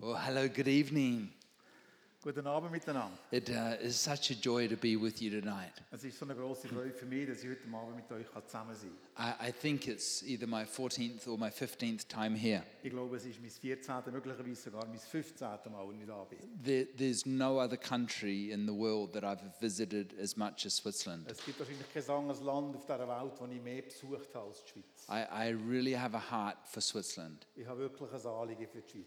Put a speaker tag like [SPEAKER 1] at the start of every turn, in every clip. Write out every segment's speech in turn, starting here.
[SPEAKER 1] Well, hello, good evening.
[SPEAKER 2] Guten Abend miteinander.
[SPEAKER 1] It uh, is such a joy to be with you tonight.
[SPEAKER 2] Es ist so eine große Freude für mich, dass ich heute Abend mit euch zusammen sein kann.
[SPEAKER 1] I, I think it's either my 14th or my 15th time here.
[SPEAKER 2] Ich glaube, es ist mein 14., möglicherweise sogar mein 15. Mal, wo ich da bin.
[SPEAKER 1] There, there's no other country in the world that I've visited as much as Switzerland.
[SPEAKER 2] Es gibt wahrscheinlich kein anderes Land auf dieser Welt, das ich mehr besucht habe als die Schweiz.
[SPEAKER 1] I, I really have a heart for Switzerland.
[SPEAKER 2] Ich habe wirklich ein Anliegen für die Schweiz.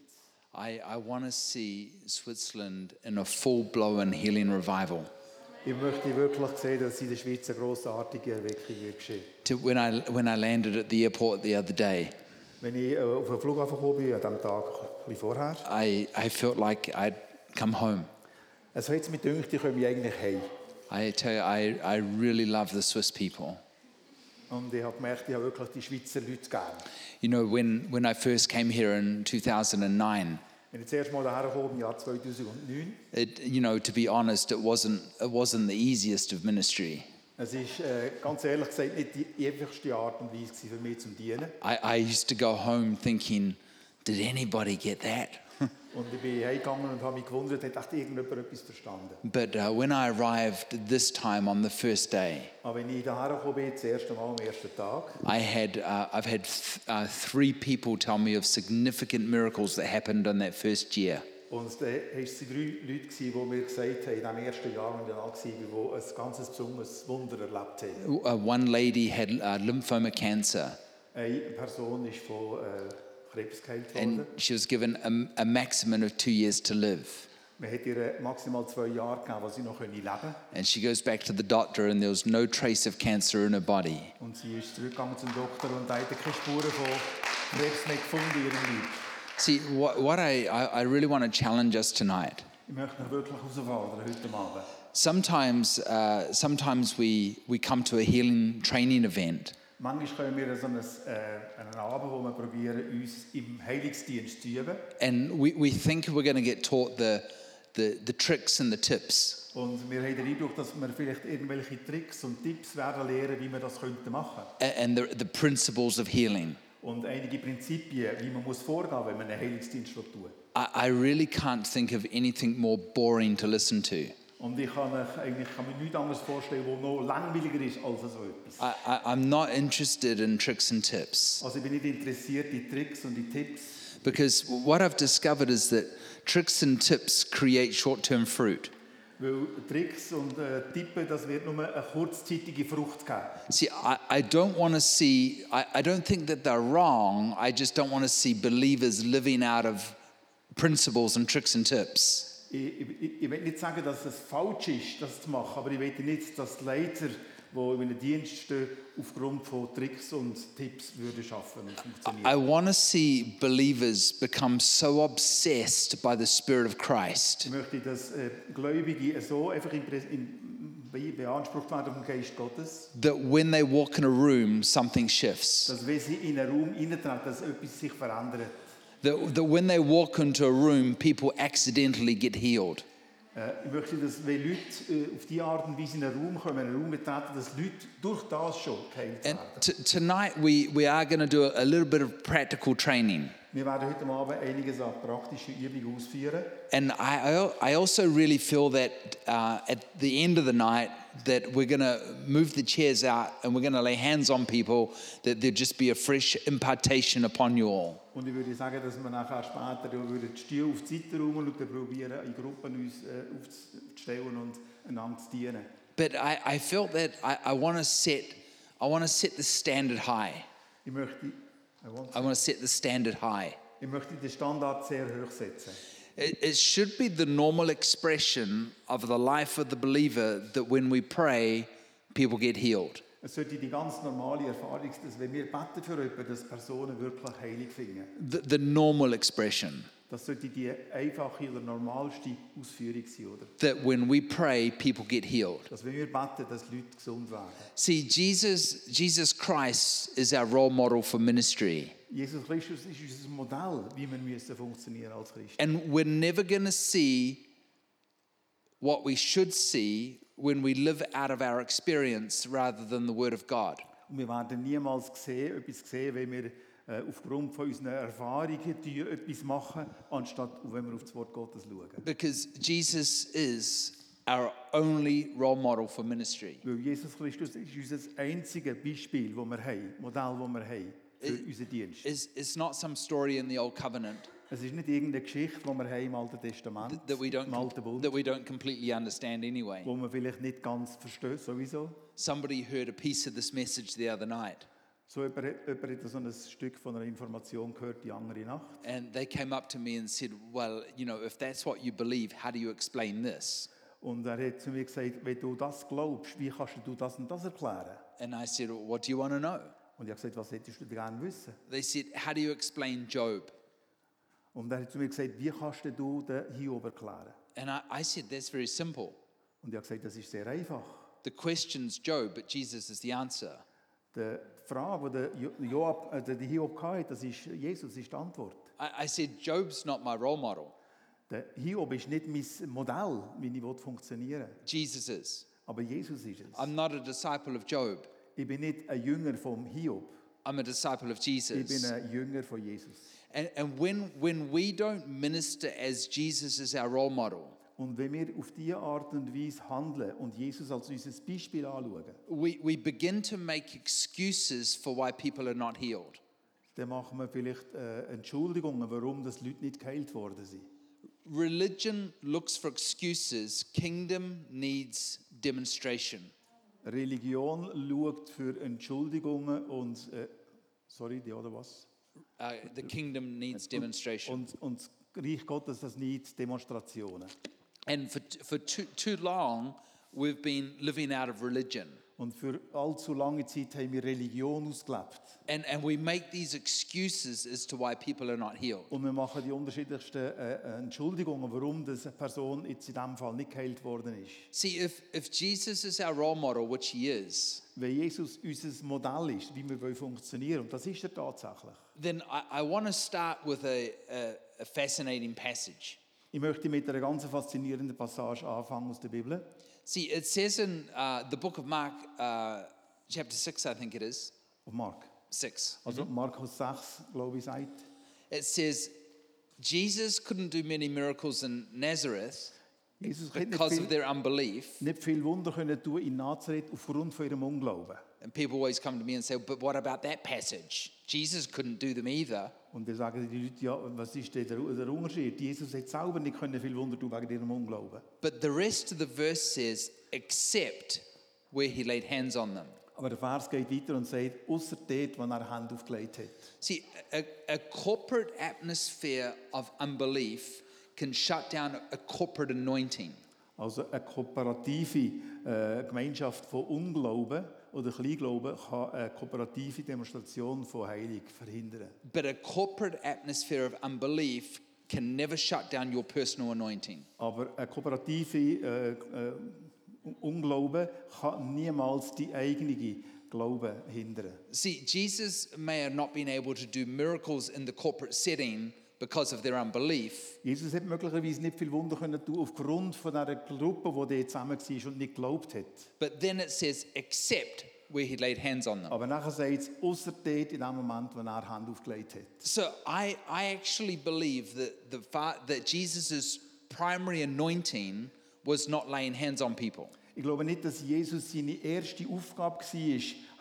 [SPEAKER 1] I, I want to see Switzerland in a full blown healing revival.
[SPEAKER 2] Ich möchte wirklich sehen, dass in der Schweiz eine grossartige Erweckung wird geschehen
[SPEAKER 1] To, when, I, when I landed at the airport the other day,
[SPEAKER 2] Wenn ich äh, auf den Flughafen gekommen bin, an diesem Tag ein bisschen vorher,
[SPEAKER 1] I, I felt like I'd come home.
[SPEAKER 2] es hat mich gedacht, ich komme eigentlich heim.
[SPEAKER 1] I tell you, I, I really love the Swiss people.
[SPEAKER 2] Und ich habe gemerkt, ich habe wirklich die Schweizer Leute gern.
[SPEAKER 1] You know, when, when I first came here in 2009,
[SPEAKER 2] Wenn ich das erste Mal hierher kam, im Jahr 2009,
[SPEAKER 1] it, you know, to be honest, it wasn't, it wasn't the easiest of ministry.
[SPEAKER 2] Es ist äh, ganz ehrlich gesagt nicht die einfachste Art und Weise gewesen für mich zum Dienen.
[SPEAKER 1] I, I used to go home thinking, did anybody get that?
[SPEAKER 2] Und ich bin heimgegangen und habe mich gewundert, hat echt irgendjemand etwas verstanden.
[SPEAKER 1] but uh, when I arrived this time on the first day,
[SPEAKER 2] Aber wenn ich hierher gekommen bin, das erste Mal am ersten Tag,
[SPEAKER 1] I had, uh, I've had th- uh, three people tell me of significant miracles that happened in that first year.
[SPEAKER 2] und da waren es drei Leute, gewesen, die mir gesagt haben, in dem ersten Jahr, als ich da war, die ein ganzes besonderes Wunder erlebt haben.
[SPEAKER 1] Uh, one lady had uh, lymphoma cancer.
[SPEAKER 2] Eine Person ist von äh, Krebs geheilt
[SPEAKER 1] and
[SPEAKER 2] worden.
[SPEAKER 1] she was given a, a maximum of two years to live.
[SPEAKER 2] Man hat ihr äh, maximal zwei Jahre gegeben, was sie noch leben konnte.
[SPEAKER 1] And she goes back to the doctor, and there was no trace of cancer in her body.
[SPEAKER 2] Und sie ist zurückgegangen zum Doktor und hat keine Spuren von Krebs mehr gefunden in ihrem Leben.
[SPEAKER 1] See, what, what I, I, I really want to challenge us tonight.
[SPEAKER 2] Ich möchte ihn wirklich herausfordern heute Abend.
[SPEAKER 1] Sometimes, uh, sometimes we, we come to a healing training event,
[SPEAKER 2] Manchmal können wir so einen, äh, einen Abend, wo wir probieren, uns im Heilungsdienst zu üben.
[SPEAKER 1] and we, we think we're going to get taught the, the, the tricks and the tips.
[SPEAKER 2] Und wir haben den Eindruck, dass wir vielleicht irgendwelche Tricks und Tipps werden lernen, wie wir das könnten machen.
[SPEAKER 1] a- And the, the principles of healing.
[SPEAKER 2] Und einige Prinzipien, wie man muss vorgehen, wenn man einen Heilungsdienst tun will.
[SPEAKER 1] I, I really can't think of anything more boring to listen to.
[SPEAKER 2] Und ich kann, euch eigentlich, kann mir nichts anderes vorstellen, was noch langweiliger ist als so etwas.
[SPEAKER 1] I, I, I'm not interested in tricks and tips.
[SPEAKER 2] Also ich bin nicht interessiert in Tricks und in Tipps,
[SPEAKER 1] Because what I've discovered is that tricks and tips create short term fruit.
[SPEAKER 2] weil Tricks und äh, Tippen, das wird nur eine kurzzeitige Frucht geben.
[SPEAKER 1] See, I, I don't want to see, I, I don't think that they're wrong. I just don't want to see believers living out of principles and tricks and tips.
[SPEAKER 2] Ich, ich, ich- ich will nicht sagen, dass es falsch ist, das zu machen, aber ich will nicht, dass die Leiter, die in einem Dienst stehen, aufgrund von Tricks und Tipps würden schaffen und funktionieren.
[SPEAKER 1] I want to see believers become so obsessed by the Spirit of Christ
[SPEAKER 2] Ich möchte, dass äh, Gläubige so einfach in, Präs- in, be- beansprucht werden vom Geist Gottes,
[SPEAKER 1] that when they walk in a room, something shifts.
[SPEAKER 2] dass wenn sie in einen Raum eintreten, dass etwas sich verändert.
[SPEAKER 1] That, that when they walk into a room, people accidentally get healed.
[SPEAKER 2] Äh, ich möchte, dass wenn Leute äh, auf die Art und Weise in einen Raum kommen, in einen Raum eintreten, dass Leute durch das schon geheilt
[SPEAKER 1] And
[SPEAKER 2] werden.
[SPEAKER 1] t- tonight we, we are going to do a, a little bit of practical training.
[SPEAKER 2] Wir werden heute Abend einiges an praktischen Übungen ausführen.
[SPEAKER 1] And I, I, al- I also really feel that uh, at the end of the night that we're going to move the chairs out and we're going to lay hands on people that there'll just be a fresh impartation upon you all.
[SPEAKER 2] Und ich würde sagen, dass wir nachher später ja würden die Stühle auf die Seite räumen und dann probieren, in Gruppen uns äh, aufzustellen und einander zu dienen.
[SPEAKER 1] But I, I felt that I, I want to set I want to set the standard high.
[SPEAKER 2] Ich möchte, I want-
[SPEAKER 1] I want to set the standard high.
[SPEAKER 2] ich möchte den Standard sehr hoch setzen.
[SPEAKER 1] It, it should be the normal expression of the life of the believer that when we pray, people get healed.
[SPEAKER 2] Es sollte die ganz normale Erfahrung sein, dass wenn wir beten für jemanden, dass Personen wirklich heilig finden.
[SPEAKER 1] the, the normal expression
[SPEAKER 2] Das sollte die einfache oder normalste Ausführung sein, oder?
[SPEAKER 1] that when we pray people get healed
[SPEAKER 2] Dass wenn wir beten, dass Leute gesund werden.
[SPEAKER 1] see jesus jesus christ is our role model for ministry
[SPEAKER 2] Jesus Christus ist unser Modell, wie wir müssen funktionieren als Christen.
[SPEAKER 1] and we're never going to see what we should see when we live out of our experience rather than the word of god
[SPEAKER 2] Und wir werden niemals sehen, etwas sehen, wenn wir äh, aufgrund von unseren Erfahrungen die etwas machen, anstatt auch wenn wir auf das Wort Gottes schauen.
[SPEAKER 1] because Jesus is our only role model for ministry.
[SPEAKER 2] Weil Jesus Christus ist unser einziges Beispiel, das wir haben, Modell, das wir haben für unseren Dienst.
[SPEAKER 1] It's, it's not some story in the Old Covenant
[SPEAKER 2] Es ist nicht irgendeine Geschichte, die wir haben im Alten Testament,
[SPEAKER 1] that we don't
[SPEAKER 2] im Alten Bund,
[SPEAKER 1] that we don't completely understand anyway.
[SPEAKER 2] wo man vielleicht nicht ganz versteht sowieso.
[SPEAKER 1] Somebody heard a piece of this message the other night,
[SPEAKER 2] So jemand, hat- jemand hat so ein Stück von einer Information gehört die andere Nacht.
[SPEAKER 1] and they came up to me and said, "Well, you know, if that's what you believe, how do you explain this?"
[SPEAKER 2] Und er hat zu mir gesagt, wenn du das glaubst, wie kannst du das und das erklären?
[SPEAKER 1] And I said, well, "What do you want to know?"
[SPEAKER 2] Und ich habe gesagt, was hättest du gerne wissen?
[SPEAKER 1] They said, "How do you explain Job?"
[SPEAKER 2] Und er hat zu mir gesagt, wie kannst denn du den Hiob erklären?
[SPEAKER 1] And I, I said, "That's very simple.
[SPEAKER 2] Und ich habe gesagt, das ist sehr einfach.
[SPEAKER 1] The question's Job, but Jesus is the answer."
[SPEAKER 2] Die Frage, die der Jo- Joab, äh, der Hiob hatte, das ist Jesus, ist die Antwort.
[SPEAKER 1] I, I said, "Job's not my role model.
[SPEAKER 2] Der Hiob ist nicht mein Modell, wie ich will funktionieren will.
[SPEAKER 1] Jesus is.
[SPEAKER 2] Aber Jesus ist es.
[SPEAKER 1] I'm not a disciple of Job.
[SPEAKER 2] Ich bin nicht ein Jünger vom Hiob.
[SPEAKER 1] I'm a disciple of
[SPEAKER 2] Ich bin
[SPEAKER 1] Jesus."
[SPEAKER 2] ein Jünger von Jesus.
[SPEAKER 1] And, and when, when we don't minister as Jesus is our role model,
[SPEAKER 2] Und wenn wir auf diese Art und Weise handeln und Jesus als unser Beispiel anschauen,
[SPEAKER 1] we, we begin to make excuses for why people are not healed.
[SPEAKER 2] dann machen wir vielleicht äh, Entschuldigungen, warum das Leute nicht geheilt worden sind.
[SPEAKER 1] Religion looks for excuses, kingdom needs demonstration.
[SPEAKER 2] Religion schaut für Entschuldigungen und äh, sorry, die oder was?
[SPEAKER 1] Uh, the kingdom needs demonstration.
[SPEAKER 2] Und, und das Reich Gottes das nicht Demonstrationen.
[SPEAKER 1] And for, for too, too long, we've been living out of religion.
[SPEAKER 2] Und für allzu lange Zeit haben wir Religion ausgelebt.
[SPEAKER 1] And, and we make these excuses as to why people are not healed.
[SPEAKER 2] Und wir machen die unterschiedlichsten äh, Entschuldigungen, warum das eine Person jetzt in diesem Fall nicht geheilt worden ist.
[SPEAKER 1] See, if, if Jesus is our role model, which he is,
[SPEAKER 2] Wenn Jesus unser Modell ist, wie wir wollen funktionieren und das ist er tatsächlich.
[SPEAKER 1] Then I, I want to start with a, a, a fascinating passage.
[SPEAKER 2] Ich möchte mit einer ganz faszinierenden Passage anfangen aus der Bibel.
[SPEAKER 1] See, it says in uh, the book of Mark, uh, chapter 6, I think it is,
[SPEAKER 2] Auf Mark.
[SPEAKER 1] 6.
[SPEAKER 2] Also Markus 6, glaube ich, sagt,
[SPEAKER 1] It says, Jesus couldn't do many miracles in Nazareth
[SPEAKER 2] Jesus hat nicht
[SPEAKER 1] because of
[SPEAKER 2] viel,
[SPEAKER 1] their unbelief.
[SPEAKER 2] nicht viel Wunder können tun in Nazareth aufgrund von ihrem Unglauben.
[SPEAKER 1] And people always come to me and say, But what about that passage? Jesus couldn't do them either.
[SPEAKER 2] Und dann sagen die Leute, ja, was ist denn der, der Unterschied? Jesus hat selber nicht können viel Wunder tun wegen ihrem Unglauben.
[SPEAKER 1] But the rest of the verse says, Except where he laid hands on them.
[SPEAKER 2] Aber der Vers geht weiter und sagt, außer dort, wo er Hand aufgelegt hat.
[SPEAKER 1] See, a, a corporate atmosphere of unbelief can shut down a corporate anointing.
[SPEAKER 2] Also eine kooperative äh, Gemeinschaft von Unglauben oder Kleinglauben kann eine kooperative Demonstration von Heilung verhindern.
[SPEAKER 1] But a corporate atmosphere of unbelief can never shut down your personal anointing.
[SPEAKER 2] Aber eine kooperative äh, äh, Un- Unglauben kann niemals die eigene Glauben hindern.
[SPEAKER 1] See, Jesus may have not been able to do miracles in the corporate setting because of their unbelief,
[SPEAKER 2] Jesus hat möglicherweise nicht viel Wunder können tun aufgrund von einer Gruppe, die dort zusammen war und nicht geglaubt hat.
[SPEAKER 1] but then it says, except where he laid hands on them.
[SPEAKER 2] Aber nachher sagt es, außer dort in dem Moment, wo er Hand aufgelegt hat.
[SPEAKER 1] So I, I actually believe that, the, fa- that Jesus' primary anointing was not laying hands on people.
[SPEAKER 2] Ich glaube nicht, dass Jesus seine erste Aufgabe war,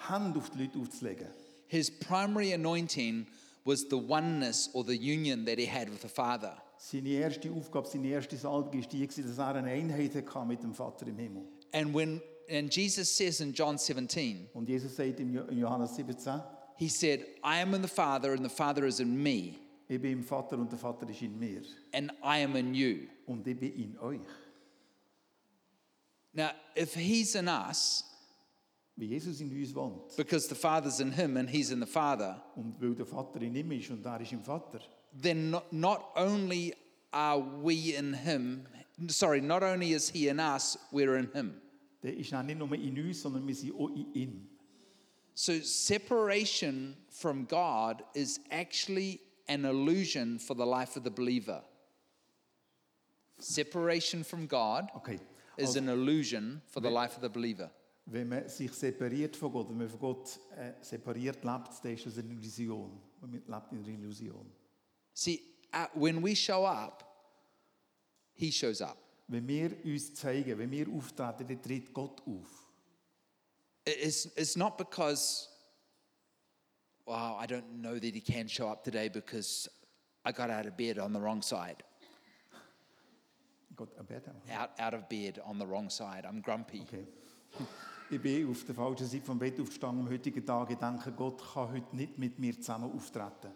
[SPEAKER 2] Hand auf die Leute aufzulegen.
[SPEAKER 1] His primary anointing was the oneness or the union that he had with the Father.
[SPEAKER 2] Seine erste Aufgabe, seine erste Salbung war die, dass er eine Einheit hatte mit dem Vater im Himmel.
[SPEAKER 1] And when and Jesus says in John 17,
[SPEAKER 2] Und Jesus sagt in Jo- in Johannes 17,
[SPEAKER 1] he said, "I am in the Father and the Father is in me,
[SPEAKER 2] Ich bin im Vater und der Vater ist in mir.
[SPEAKER 1] and I am in you."
[SPEAKER 2] Und ich bin in euch.
[SPEAKER 1] Now, if he's in us
[SPEAKER 2] Weil Jesus in uns wohnt.
[SPEAKER 1] because the Father's in him and he's in the Father,
[SPEAKER 2] Und weil der Vater in ihm ist und er ist im Vater.
[SPEAKER 1] then not, not only are we in him, sorry, not only is he in us, we're in him.
[SPEAKER 2] Der ist auch nicht nur in uns, sondern wir sind auch in ihm.
[SPEAKER 1] So, separation from God is actually an illusion for the life of the believer. Separation from God
[SPEAKER 2] Okay.
[SPEAKER 1] is
[SPEAKER 2] Also,
[SPEAKER 1] an illusion for the life of the believer.
[SPEAKER 2] wenn man sich separiert von Gott, wenn man von Gott äh, separiert lebt, dann ist das eine Illusion. und man lebt in einer Illusion.
[SPEAKER 1] See, at, when we show up, He shows up.
[SPEAKER 2] Wenn wir uns zeigen, wenn wir auftreten, dann tritt Gott auf.
[SPEAKER 1] It- It's, it's not because, wow, I don't know that He can show up today because I got out of bed on the wrong side.
[SPEAKER 2] Gott, äh, am Bett auch.
[SPEAKER 1] Out, out of bed on the wrong side. I'm grumpy.
[SPEAKER 2] Okay. Ich bin auf der falschen Seite vom Bett aufgestanden am heutigen Tag. Ich denke, Gott kann heute nicht mit mir zusammen auftreten.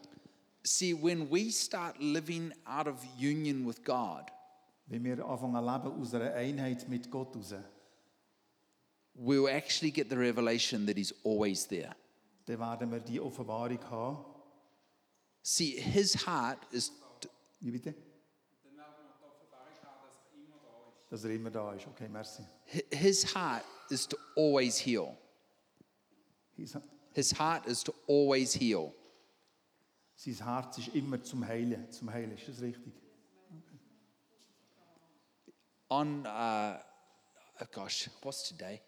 [SPEAKER 1] See, when we start living out of union with God,
[SPEAKER 2] Wenn wir anfangen zu leben aus einer Einheit mit Gott raus,
[SPEAKER 1] we'll actually get the revelation that He's always there.
[SPEAKER 2] dann werden wir die Offenbarung haben.
[SPEAKER 1] See, His heart is,
[SPEAKER 2] Wie bitte?
[SPEAKER 3] Dann werden wir die Offenbarung haben, dass er immer da ist.
[SPEAKER 2] Dass er immer da ist. Okay, merci.
[SPEAKER 1] His heart is to always heal.
[SPEAKER 2] His-
[SPEAKER 1] His heart is to always heal.
[SPEAKER 2] Sein Herz ist immer zum Heilen. Zum Heilen, ist das richtig?
[SPEAKER 1] On, uh, oh gosh, what's today?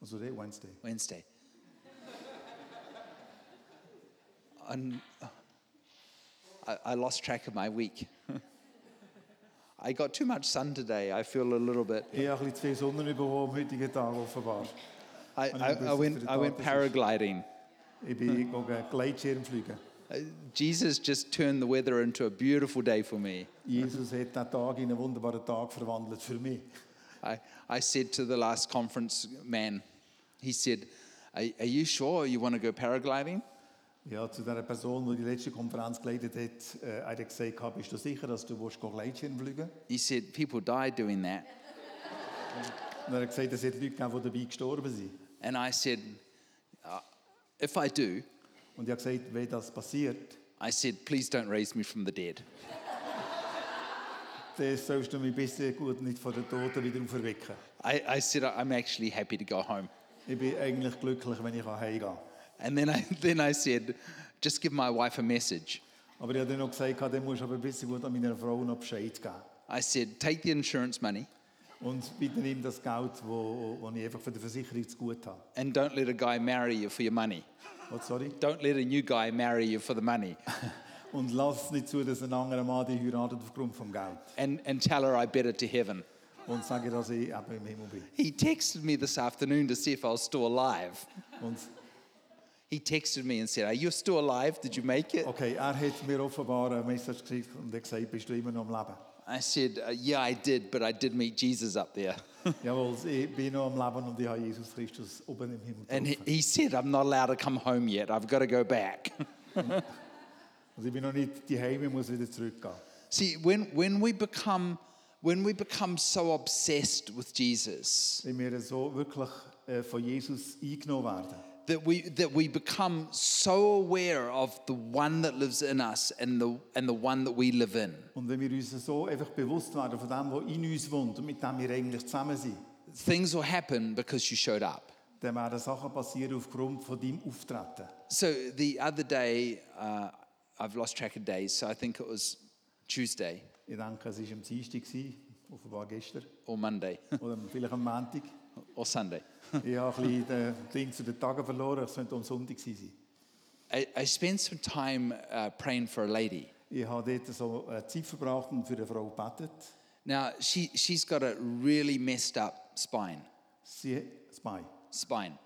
[SPEAKER 2] Also der Wednesday.
[SPEAKER 1] Wednesday. On, uh, I, I lost track of my week. I got too much sun today. I feel a little bit.
[SPEAKER 2] Ich habe ein bisschen zu viel Sonne bekommen am heutigen Tag, offenbar.
[SPEAKER 1] I,
[SPEAKER 2] And
[SPEAKER 1] I,
[SPEAKER 2] this
[SPEAKER 1] I
[SPEAKER 2] is
[SPEAKER 1] went,
[SPEAKER 2] the
[SPEAKER 1] I went
[SPEAKER 2] dark position.
[SPEAKER 1] paragliding.
[SPEAKER 2] Ich bin gegangen Gleitschirm fliegen.
[SPEAKER 1] Uh, Jesus just turned the weather into a beautiful day for me.
[SPEAKER 2] Jesus hat diesen Tag in einen wunderbaren Tag verwandelt für mich.
[SPEAKER 1] I, I said to the last conference man, he said, Are, are you sure you want to go paragliding?
[SPEAKER 2] Ja, zu der Person, die die letzte Konferenz geleitet hat, äh, hat er gesagt, «Hab, bist du sicher, dass du willst gehen Gleitschirm fliegen
[SPEAKER 1] He said, People die doing that.
[SPEAKER 2] willst? Und er hat gesagt, es hat Leute gegeben, die dabei gestorben sind.
[SPEAKER 1] And I said, "Uh, If I do,
[SPEAKER 2] Und ich habe gesagt, wenn das passiert,
[SPEAKER 1] I said, Please don't raise me from the dead.
[SPEAKER 2] dann sollst du mich bitte gut nicht von den Toten wieder auferwecken.
[SPEAKER 1] I, I said, I'm actually happy to go home.
[SPEAKER 2] Ich bin eigentlich glücklich, wenn ich heimgehen kann.
[SPEAKER 1] And then I, then I said, Just give my wife a message.
[SPEAKER 2] Aber ich habe dann noch gesagt, dann musst du aber bitte gut an meiner Frau noch Bescheid geben.
[SPEAKER 1] I said, Take the insurance money
[SPEAKER 2] Und bitte nimm das Geld, wo, wo ich einfach von der Versicherung zu gut habe.
[SPEAKER 1] and don't let a guy marry you for your money.
[SPEAKER 2] Oh, sorry.
[SPEAKER 1] Don't let a new guy marry you for the money.
[SPEAKER 2] Und lass nicht zu, dass ein anderer Mann dich heiratet aufgrund vom Geld.
[SPEAKER 1] And, and tell her I better to heaven.
[SPEAKER 2] Und sage, dass ich eben im Himmel bin.
[SPEAKER 1] He texted me this afternoon to see if I was still alive.
[SPEAKER 2] Und
[SPEAKER 1] He texted me and said, Are you still alive? Did you make it?
[SPEAKER 2] okay, er hat mir offenbar eine Message geschickt und hat gesagt, bist du immer noch am Leben?
[SPEAKER 1] I said, "Uh, Yeah, I did, but I did meet Jesus up there.
[SPEAKER 2] Jawohl, ich bin noch am Leben und ich habe Jesus Christus oben im Himmel
[SPEAKER 1] And he,
[SPEAKER 2] getroffen.
[SPEAKER 1] he said, I'm not allowed to come home yet. I've got to go back.
[SPEAKER 2] Also ich bin noch nicht die Heime, ich muss wieder zurückgehen.
[SPEAKER 1] See, when, when, we become, when we become so obsessed with Jesus
[SPEAKER 2] Wenn wir so wirklich äh, von Jesus eingenommen werden,
[SPEAKER 1] that we, that we become so aware of the one that lives in us and the, and the one that we live in,
[SPEAKER 2] Und wenn wir uns so einfach bewusst werden von dem, was in uns wohnt und mit dem wir eigentlich zusammen sind,
[SPEAKER 1] things will happen because you showed up.
[SPEAKER 2] dann werden Sachen passieren aufgrund von deinem Auftreten.
[SPEAKER 1] So the other day, uh, I've lost track of days, so I think it was Tuesday
[SPEAKER 2] Ich denke, es war am Dienstag, gewesen, offenbar gestern,
[SPEAKER 1] or Monday
[SPEAKER 2] oder vielleicht am Montag.
[SPEAKER 1] or Sunday.
[SPEAKER 2] Ich habe ein bisschen den Ding zu den Tagen verloren, es könnte am Sonntag gewesen sein.
[SPEAKER 1] I, I spent some time uh, praying for a lady.
[SPEAKER 2] Ich habe dort so äh, Zeit verbracht und für eine Frau gebetet.
[SPEAKER 1] Now, she, she's got a really messed up spine.
[SPEAKER 2] Sie, das Bein.
[SPEAKER 1] Spine.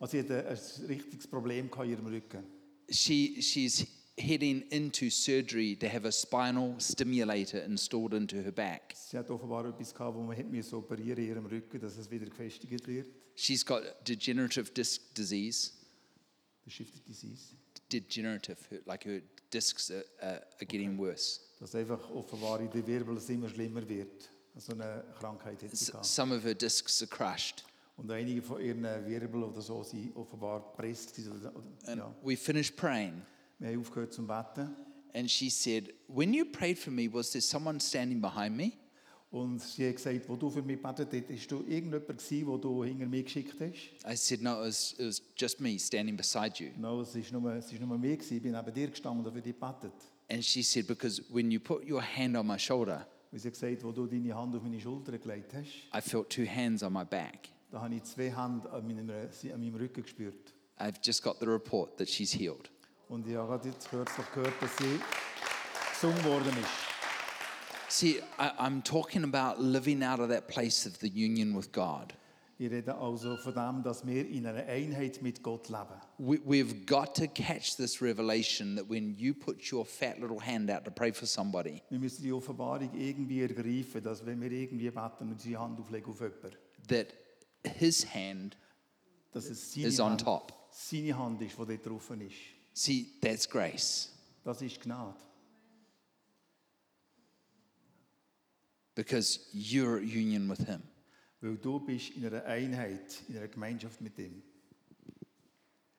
[SPEAKER 2] Also sie hat ein, ein richtiges Problem gehabt in ihrem Rücken.
[SPEAKER 1] She, she's heading into surgery to have a spinal stimulator installed into her back.
[SPEAKER 2] Sie hat offenbar etwas gehabt, wo man hätte so operieren in ihrem Rücken, dass es wieder gefestigt wird.
[SPEAKER 1] She's got degenerative disc disease.
[SPEAKER 2] Das Shifted Disease.
[SPEAKER 1] Degenerative, her- like her discs are, are, are getting worse.
[SPEAKER 2] dass einfach offenbar in den Wirbel es immer schlimmer wird. So eine Krankheit hat sie
[SPEAKER 1] S-
[SPEAKER 2] gehabt.
[SPEAKER 1] some of her discs are crushed.
[SPEAKER 2] Und einige von ihren Wirbeln oder so sind offenbar gepresst. gewesen Oder, oder, ja.
[SPEAKER 1] We finished praying,
[SPEAKER 2] Wir haben aufgehört zum Betten.
[SPEAKER 1] and she said, When you prayed for me, was there someone standing behind me?
[SPEAKER 2] Und sie hat gesagt, wo du für mich gebetet hast, hast du irgendjemand gewesen, wo du hinter mir geschickt hast?
[SPEAKER 1] I said, No, it was, it was just me standing beside you.
[SPEAKER 2] Nein, es war nur, es ist nur mir, gewesen. ich bin neben dir gestanden und habe für dich gebetet.
[SPEAKER 1] And she said, Because when you put your hand on my shoulder,
[SPEAKER 2] Und sie hat gesagt, wo du deine Hand auf meine Schulter gelegt hast,
[SPEAKER 1] I felt two hands on my back.
[SPEAKER 2] da habe ich zwei Hände an meinem, an meinem Rücken gespürt.
[SPEAKER 1] I've just got the report that she's healed.
[SPEAKER 2] Und ich habe gerade jetzt kürzlich gehört, dass sie gesungen worden ist.
[SPEAKER 1] See, I, I'm talking about living out of that place of the union with God.
[SPEAKER 2] Ich rede also von dem, dass wir in einer Einheit mit Gott leben.
[SPEAKER 1] We, we've got to catch this revelation that when you put your fat little hand out to pray for somebody,
[SPEAKER 2] Wir müssen die Offenbarung irgendwie ergreifen, dass wenn wir irgendwie beten und die Hand auflegen auf jemanden,
[SPEAKER 1] that his hand
[SPEAKER 2] dass es
[SPEAKER 1] is
[SPEAKER 2] seine
[SPEAKER 1] on
[SPEAKER 2] Hand,
[SPEAKER 1] top.
[SPEAKER 2] seine Hand ist, die dort drauf ist.
[SPEAKER 1] See, that's grace
[SPEAKER 2] Das ist Gnade.
[SPEAKER 1] because you're at union with him.
[SPEAKER 2] Weil du bist in einer Einheit, in einer Gemeinschaft mit ihm.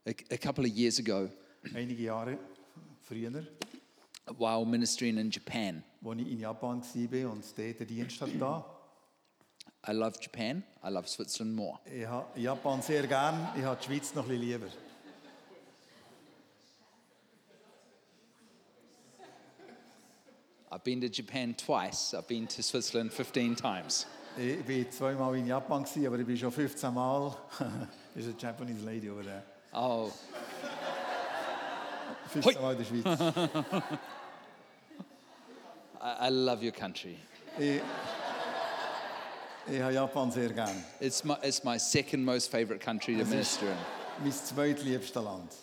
[SPEAKER 1] A, a couple of years ago,
[SPEAKER 2] Einige Jahre früher,
[SPEAKER 1] while ministering in Japan,
[SPEAKER 2] als ich in Japan war und dort den Dienst hatte, da,
[SPEAKER 1] I love Japan. I love Switzerland more.
[SPEAKER 2] ich habe Japan sehr gern, ich habe die Schweiz noch ein bisschen lieber.
[SPEAKER 1] I've been to Japan twice. I've been to Switzerland 15 times.
[SPEAKER 2] Ich war zweimal in Japan, gewesen, aber ich bin schon 15 Mal. das ist eine Japanese Lady, aber äh,
[SPEAKER 1] Oh,
[SPEAKER 2] 15 Mal in der Schweiz.
[SPEAKER 1] I, I love your country.
[SPEAKER 2] ich, ich habe Japan sehr gern.
[SPEAKER 1] It's my, it's my second most favorite country to minister in.
[SPEAKER 2] Mein zweitliebstes Land.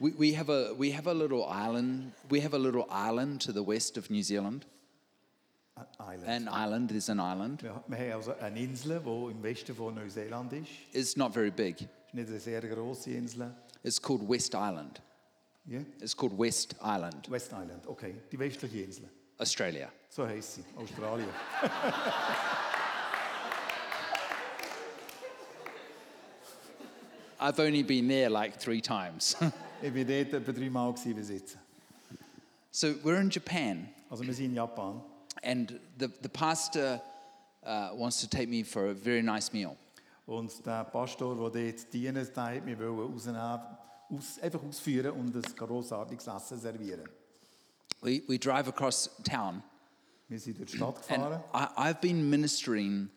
[SPEAKER 1] We, we, have a, we have a little island. We have a little island to the west of New Zealand.
[SPEAKER 2] Ä- Island.
[SPEAKER 1] An island, there's an island.
[SPEAKER 2] Wir, wir haben also eine Insel, die im Westen von Neuseeland ist.
[SPEAKER 1] It's not very big.
[SPEAKER 2] ist nicht eine sehr grosse Insel.
[SPEAKER 1] It's called West Island.
[SPEAKER 2] Ja?
[SPEAKER 1] It's called West Island,
[SPEAKER 2] West Island, okay. Die westliche Insel.
[SPEAKER 1] Australia.
[SPEAKER 2] So heisst sie, Australien.
[SPEAKER 1] I've only been there like three times.
[SPEAKER 2] Ich war dort etwa dreimal gewesen bis jetzt.
[SPEAKER 1] so we're in Japan,
[SPEAKER 2] Also wir sind in Japan.
[SPEAKER 1] and the, the pastor uh, wants to take me for a very nice meal.
[SPEAKER 2] Und der Pastor, der dort dient, der hat mich wollen rausnehmen, aus, einfach ausführen und ein grossartiges Essen servieren.
[SPEAKER 1] We, we drive across town,
[SPEAKER 2] Wir sind durch die Stadt
[SPEAKER 1] and
[SPEAKER 2] gefahren
[SPEAKER 1] I, I've been ministering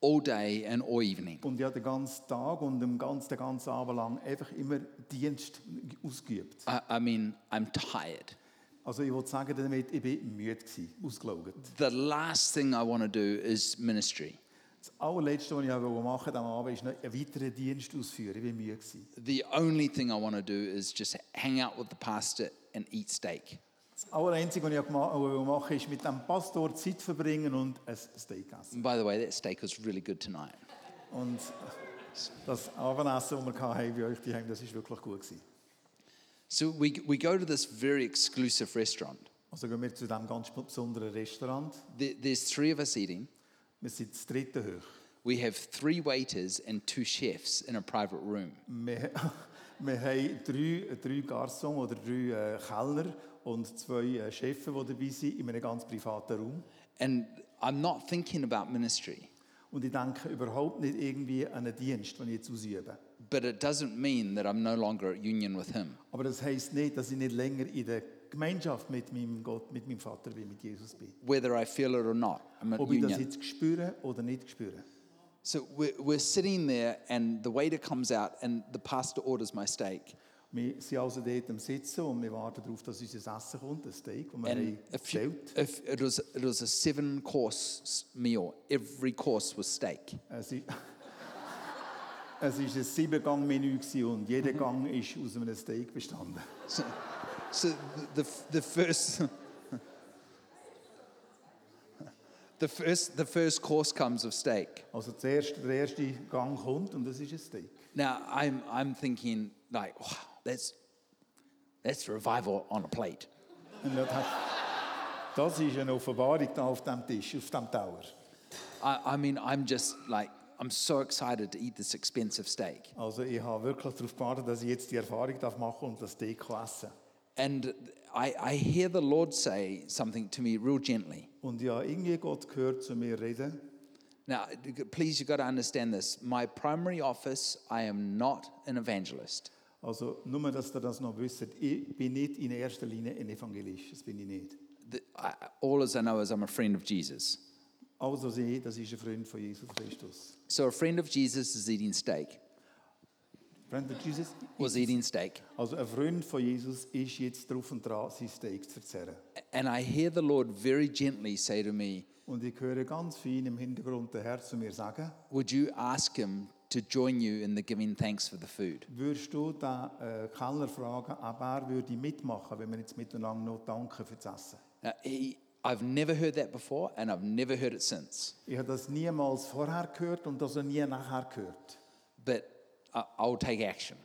[SPEAKER 1] all day and all evening.
[SPEAKER 2] und ich habe den ganzen Tag und den ganzen, den ganzen Abend lang einfach immer Dienst ausgeübt.
[SPEAKER 1] I, I mean, I'm tired.
[SPEAKER 2] Also ich wollte sagen damit, ich war müde, gewesen, ausgelaugt.
[SPEAKER 1] The last thing I want to do is ministry.
[SPEAKER 2] Das allerletzte, was ich machen wollte am Abend, ist noch einen weiteren Dienst ausführen. Ich war müde. Gewesen.
[SPEAKER 1] The only thing I want to do is just hang out with the pastor and eat steak.
[SPEAKER 2] Das Allereinzige, was ich gema- wollte machen ist mit dem Pastor Zeit verbringen und ein Steak essen.
[SPEAKER 1] And by the way, that steak was really good tonight.
[SPEAKER 2] Und das Abendessen, das wir hatten bei euch daheim, das war wirklich gut. Gewesen.
[SPEAKER 1] So we, we go to this very exclusive restaurant.
[SPEAKER 2] Also gehen wir zu diesem ganz besonderen Restaurant.
[SPEAKER 1] There, there's three of us eating.
[SPEAKER 2] Wir sind das dritte hoch.
[SPEAKER 1] We have three waiters and two chefs in a private room.
[SPEAKER 2] Wir, wir haben drei, drei Garçons oder drei äh, Kellner und zwei äh, Chefs, die dabei sind, in einem ganz privaten Raum.
[SPEAKER 1] And I'm not thinking about ministry,
[SPEAKER 2] Und ich denke überhaupt nicht irgendwie an einen Dienst, den ich jetzt ausübe.
[SPEAKER 1] but it doesn't mean that I'm no longer at union with Him.
[SPEAKER 2] Aber das heisst nicht, dass ich nicht länger in der Gemeinschaft mit meinem Gott, mit meinem Vater bin, mit Jesus bin.
[SPEAKER 1] Whether I feel it or not, I'm at
[SPEAKER 2] Ob ich das
[SPEAKER 1] union.
[SPEAKER 2] jetzt spüre oder nicht spüre.
[SPEAKER 1] So we're, we're sitting there, and the waiter comes out, and the pastor orders my steak.
[SPEAKER 2] Wir sind also dort am Sitzen und wir warten darauf, dass unser Essen kommt, ein Steak, das wir
[SPEAKER 1] And
[SPEAKER 2] haben
[SPEAKER 1] Ähm, a few,
[SPEAKER 2] bestellt
[SPEAKER 1] if it, was, it was a seven course meal, every course was steak.
[SPEAKER 2] Es i- es war ein Siebengang-Menü gewesen und jeder
[SPEAKER 1] Mhm.
[SPEAKER 2] Gang ist aus einem Steak bestanden.
[SPEAKER 1] So, so the, the, the first. The first, the first course comes of steak.
[SPEAKER 2] Also zuerst der erste Gang kommt und es ist ein Steak.
[SPEAKER 1] Now I'm, I'm thinking like, wow, that's, that's revival on a plate.
[SPEAKER 2] Und dann dachte ich, das ist eine Offenbarung da auf dem Tisch, auf dem Tower.
[SPEAKER 1] I, I mean, I'm just like, I'm so excited to eat this expensive steak.
[SPEAKER 2] Also ich habe wirklich darauf gewartet, dass ich jetzt die Erfahrung darf machen und das Steak kann essen
[SPEAKER 1] And I, I hear the Lord say something to me real gently.
[SPEAKER 2] Und ja, irgendwie Gott gehört zu mir reden.
[SPEAKER 1] Now, please, you've got to understand this. My primary office, I am not an evangelist.
[SPEAKER 2] Also nur, dass ihr das noch wisst, ich bin nicht in erster Linie ein Evangelist, das bin ich nicht.
[SPEAKER 1] The, I, all as I know is I'm a friend of Jesus.
[SPEAKER 2] Alles, was Also ich habe, das ist ein Freund von Jesus Christus.
[SPEAKER 1] So a friend of Jesus is eating steak.
[SPEAKER 2] Friend of Jesus.
[SPEAKER 1] was eating steak.
[SPEAKER 2] Also ein Freund von Jesus ist jetzt drauf und dran, sein Steak zu verzerren.
[SPEAKER 1] And I hear the Lord very gently say to me,
[SPEAKER 2] Und ich höre ganz fein im Hintergrund der Herr zu mir sagen,
[SPEAKER 1] Would you ask him to join you in the giving thanks for the food?
[SPEAKER 2] würdest du den äh, Keller fragen, ob er würde mitmachen, wenn wir jetzt miteinander noch danken für das Essen?
[SPEAKER 1] Now, he, I've never heard that before, and I've never heard it since.
[SPEAKER 2] Ich habe das niemals vorher gehört und das auch nie nachher gehört.
[SPEAKER 1] But I, I'll take action.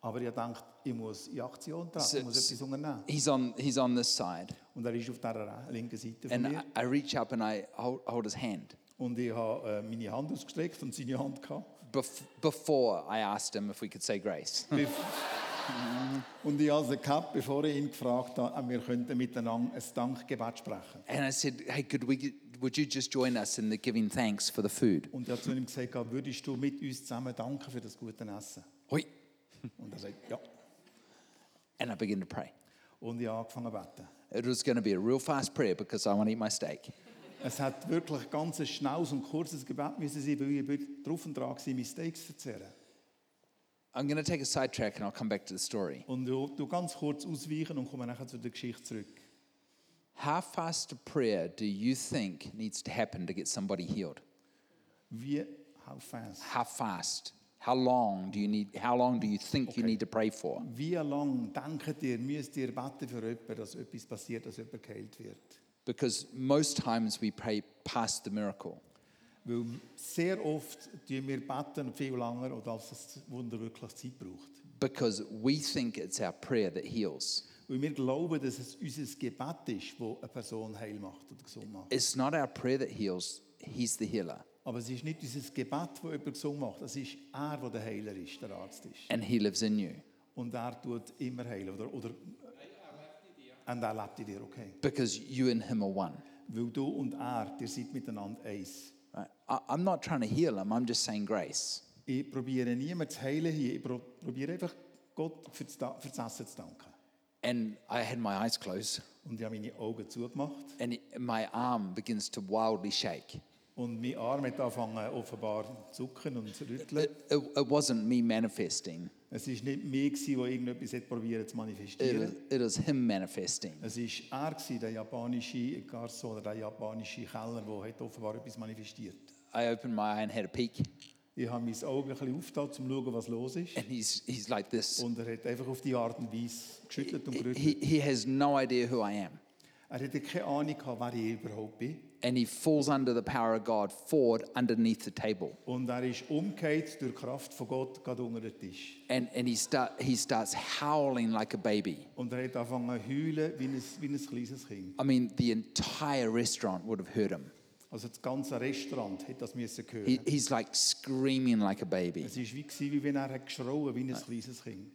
[SPEAKER 2] Aber ich dachte, ich muss in Aktion treten,
[SPEAKER 1] So-
[SPEAKER 2] ich muss etwas unternehmen.
[SPEAKER 1] He's on, he's on this side,
[SPEAKER 2] Und er ist auf der linken Seite von
[SPEAKER 1] and
[SPEAKER 2] mir.
[SPEAKER 1] I, I reach up and I hold, hold his hand
[SPEAKER 2] Und ich habe äh, meine Hand ausgestreckt und seine Hand gehabt.
[SPEAKER 1] bef- before I asked him if we could say grace.
[SPEAKER 2] Bef- und ich habe sie gehabt, bevor ich ihn gefragt habe, ob wir könnten miteinander ein Dankgebet sprechen.
[SPEAKER 1] And I said, Hey, could we, get- would you just join us in the giving thanks for the food?
[SPEAKER 2] Und ich habe zu ihm gesagt, würdest du mit uns zusammen danken für das gute Essen?
[SPEAKER 1] Hoi.
[SPEAKER 2] Und er sagt, ja.
[SPEAKER 1] And I begin to pray.
[SPEAKER 2] Und ich habe angefangen zu beten.
[SPEAKER 1] It was going to be a real fast prayer because I want to eat my steak.
[SPEAKER 2] Es hat wirklich ganz ein schnelles und kurzes Gebet müssen sein, weil ich bin drauf und dran war, meine Steaks zu verzehren.
[SPEAKER 1] I'm going to take a sidetrack and I'll come back to the story.
[SPEAKER 2] Und du, du ganz kurz ausweichen und komme nachher zu der Geschichte zurück.
[SPEAKER 1] How fast a prayer do you think needs to happen to get somebody healed?
[SPEAKER 2] Wie, how fast?
[SPEAKER 1] How fast? How long do you need? How long do you think you need to pray for?
[SPEAKER 2] Wie lange, denkt ihr, müsst ihr beten für jemanden, dass etwas passiert, dass jemand geheilt wird?
[SPEAKER 1] Because most times we pray past the miracle.
[SPEAKER 2] Weil sehr oft tun wir beten viel länger, oder als das Wunder wirklich Zeit braucht.
[SPEAKER 1] Because we think it's our prayer that heals.
[SPEAKER 2] Weil wir glauben, dass es unser Gebet ist, das eine Person heil macht oder gesund macht.
[SPEAKER 1] It's not our prayer that heals, He's the healer.
[SPEAKER 2] Aber es ist nicht unser Gebet, das jemand gesund macht. Es ist er, der der Heiler ist, der Arzt ist.
[SPEAKER 1] And He lives in you.
[SPEAKER 2] Und er tut immer heilen. Oder, oder, und er lebt in dir, okay.
[SPEAKER 1] Because you and Him are one.
[SPEAKER 2] Weil du und er, ihr seid miteinander eins.
[SPEAKER 1] Right? I, I'm not trying to heal Him, I'm just saying grace.
[SPEAKER 2] Ich probiere niemanden zu heilen hier. Ich pro- probiere einfach Gott für das, Da- für das Essen zu danken.
[SPEAKER 1] And I had my eyes closed,
[SPEAKER 2] Und ich habe meine Augen zugemacht.
[SPEAKER 1] and my arm begins to wildly shake.
[SPEAKER 2] Und mein Arm hat angefangen offenbar zu zucken und zu rütteln.
[SPEAKER 1] It, it, it wasn't me manifesting,
[SPEAKER 2] Es war nicht mir, gewesen, der irgendetwas hat probiert zu
[SPEAKER 1] it,
[SPEAKER 2] manifestieren.
[SPEAKER 1] was- it was Him manifesting.
[SPEAKER 2] Es war er, gewesen, der japanische Garçon oder der japanische Keller, der hat offenbar etwas manifestiert.
[SPEAKER 1] I opened my eye and had a peek,
[SPEAKER 2] Ich habe mein Auge ein bisschen aufgetan, um zu schauen, was los ist.
[SPEAKER 1] and he's, he's like this.
[SPEAKER 2] Und er hat einfach auf die Art und Weise geschüttelt und gerüttelt.
[SPEAKER 1] He, he has no idea who I am.
[SPEAKER 2] Er hatte keine Ahnung, gehabt, wer ich überhaupt bin.
[SPEAKER 1] And he falls under the power of God forward underneath the table.
[SPEAKER 2] Und er ist umgekehrt durch die Kraft von Gott gerade unter den Tisch.
[SPEAKER 1] And, and he, start, he starts howling like a baby.
[SPEAKER 2] Und er hat angefangen zu heulen wie ein, wie ein kleines Kind.
[SPEAKER 1] I mean, the entire restaurant would have heard him.
[SPEAKER 2] Also das ganze Restaurant hat das müssen hören.
[SPEAKER 1] He, he's like screaming like a baby,
[SPEAKER 2] es war wie, gewesen, wie wenn er hat geschrauen wie ein kleines Kind.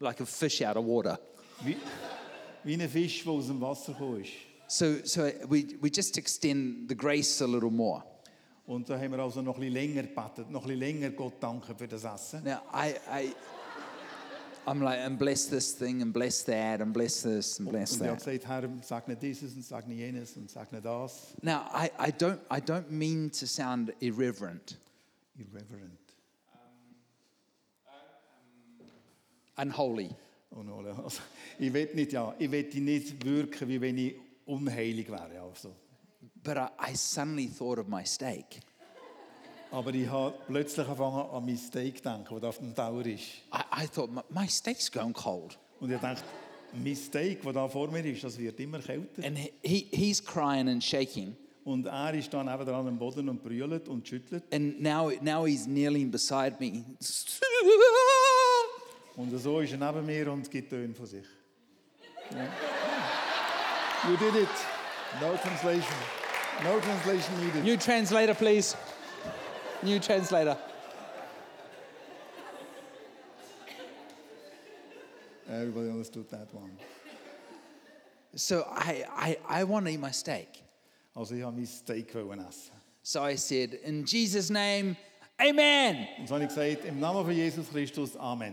[SPEAKER 1] like a fish out of water.
[SPEAKER 2] Wie, wie ein Fisch, der aus dem Wasser gekommen ist.
[SPEAKER 1] So, so we, we just extend the grace a little more.
[SPEAKER 2] Und da haben wir also noch ein bisschen länger gebetet, noch ein bisschen länger Gott danken für das Essen.
[SPEAKER 1] Now, I, I, I'm like, and bless this thing, and bless that, and bless this, and bless
[SPEAKER 2] Und er hat
[SPEAKER 1] that.
[SPEAKER 2] gesagt, Herr, sag nicht dieses und sag nicht jenes und sag nicht das.
[SPEAKER 1] Now, I, I, don't, I don't mean to sound irreverent,
[SPEAKER 2] Irreverent.
[SPEAKER 1] unholy,
[SPEAKER 2] Und alle, also, ich will nicht, ja, ich will nicht wirken, wie wenn ich unheilig wäre. Also.
[SPEAKER 1] but I, I suddenly thought of my steak.
[SPEAKER 2] Aber ich habe plötzlich angefangen an mein Steak zu denken, das auf dem Teller ist.
[SPEAKER 1] I, I thought, my, my steak's going cold.
[SPEAKER 2] Und ich dachte, mein Steak, das da vor mir ist, das wird immer kälter.
[SPEAKER 1] And he, he, he's crying and shaking.
[SPEAKER 2] Und er ist dann nebenan am Boden und brüllt und schüttelt.
[SPEAKER 1] And now, now he's kneeling beside me.
[SPEAKER 2] Und so ist er neben mir und gibt Töne von sich. Ja. You did it. No translation. No translation needed.
[SPEAKER 1] New translator, please. New translator.
[SPEAKER 2] Everybody understood that one.
[SPEAKER 1] So I, I, I want to eat my steak.
[SPEAKER 2] Also ich habe mein Steak wollen essen.
[SPEAKER 1] So I said, in Jesus' name, amen.
[SPEAKER 2] Und so habe ich gesagt, im Namen von Jesus Christus, Amen.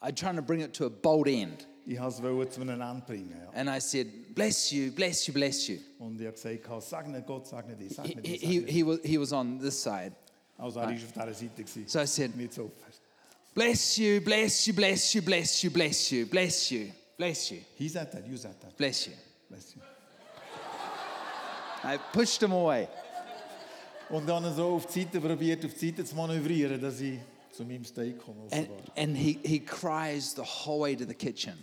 [SPEAKER 1] I'm trying to bring it to a bold end.
[SPEAKER 2] Ich wollte es wollen zu einem Ende bringen. Ja.
[SPEAKER 1] And I said, bless you, bless you, bless you.
[SPEAKER 2] Und ich habe gesagt, segne Gott, segne dich,
[SPEAKER 1] He, he,
[SPEAKER 2] segne dich,
[SPEAKER 1] he,
[SPEAKER 2] segne dich.
[SPEAKER 1] he was, he was on this side.
[SPEAKER 2] Also er war auf dieser Seite. gewesen.
[SPEAKER 1] So I said,
[SPEAKER 2] Nicht so.
[SPEAKER 1] Bless you, bless you, bless you, bless you, bless you, bless you, bless you,
[SPEAKER 2] He said that, you said that.
[SPEAKER 1] bless you.
[SPEAKER 2] Bless you.
[SPEAKER 1] I pushed him away.
[SPEAKER 2] Und dann so auf die Seite probiert, auf die Seite zu manövrieren, dass ich zu meinem Steak komme.
[SPEAKER 1] And,
[SPEAKER 2] offenbar.
[SPEAKER 1] and he, he cries the whole way to the kitchen.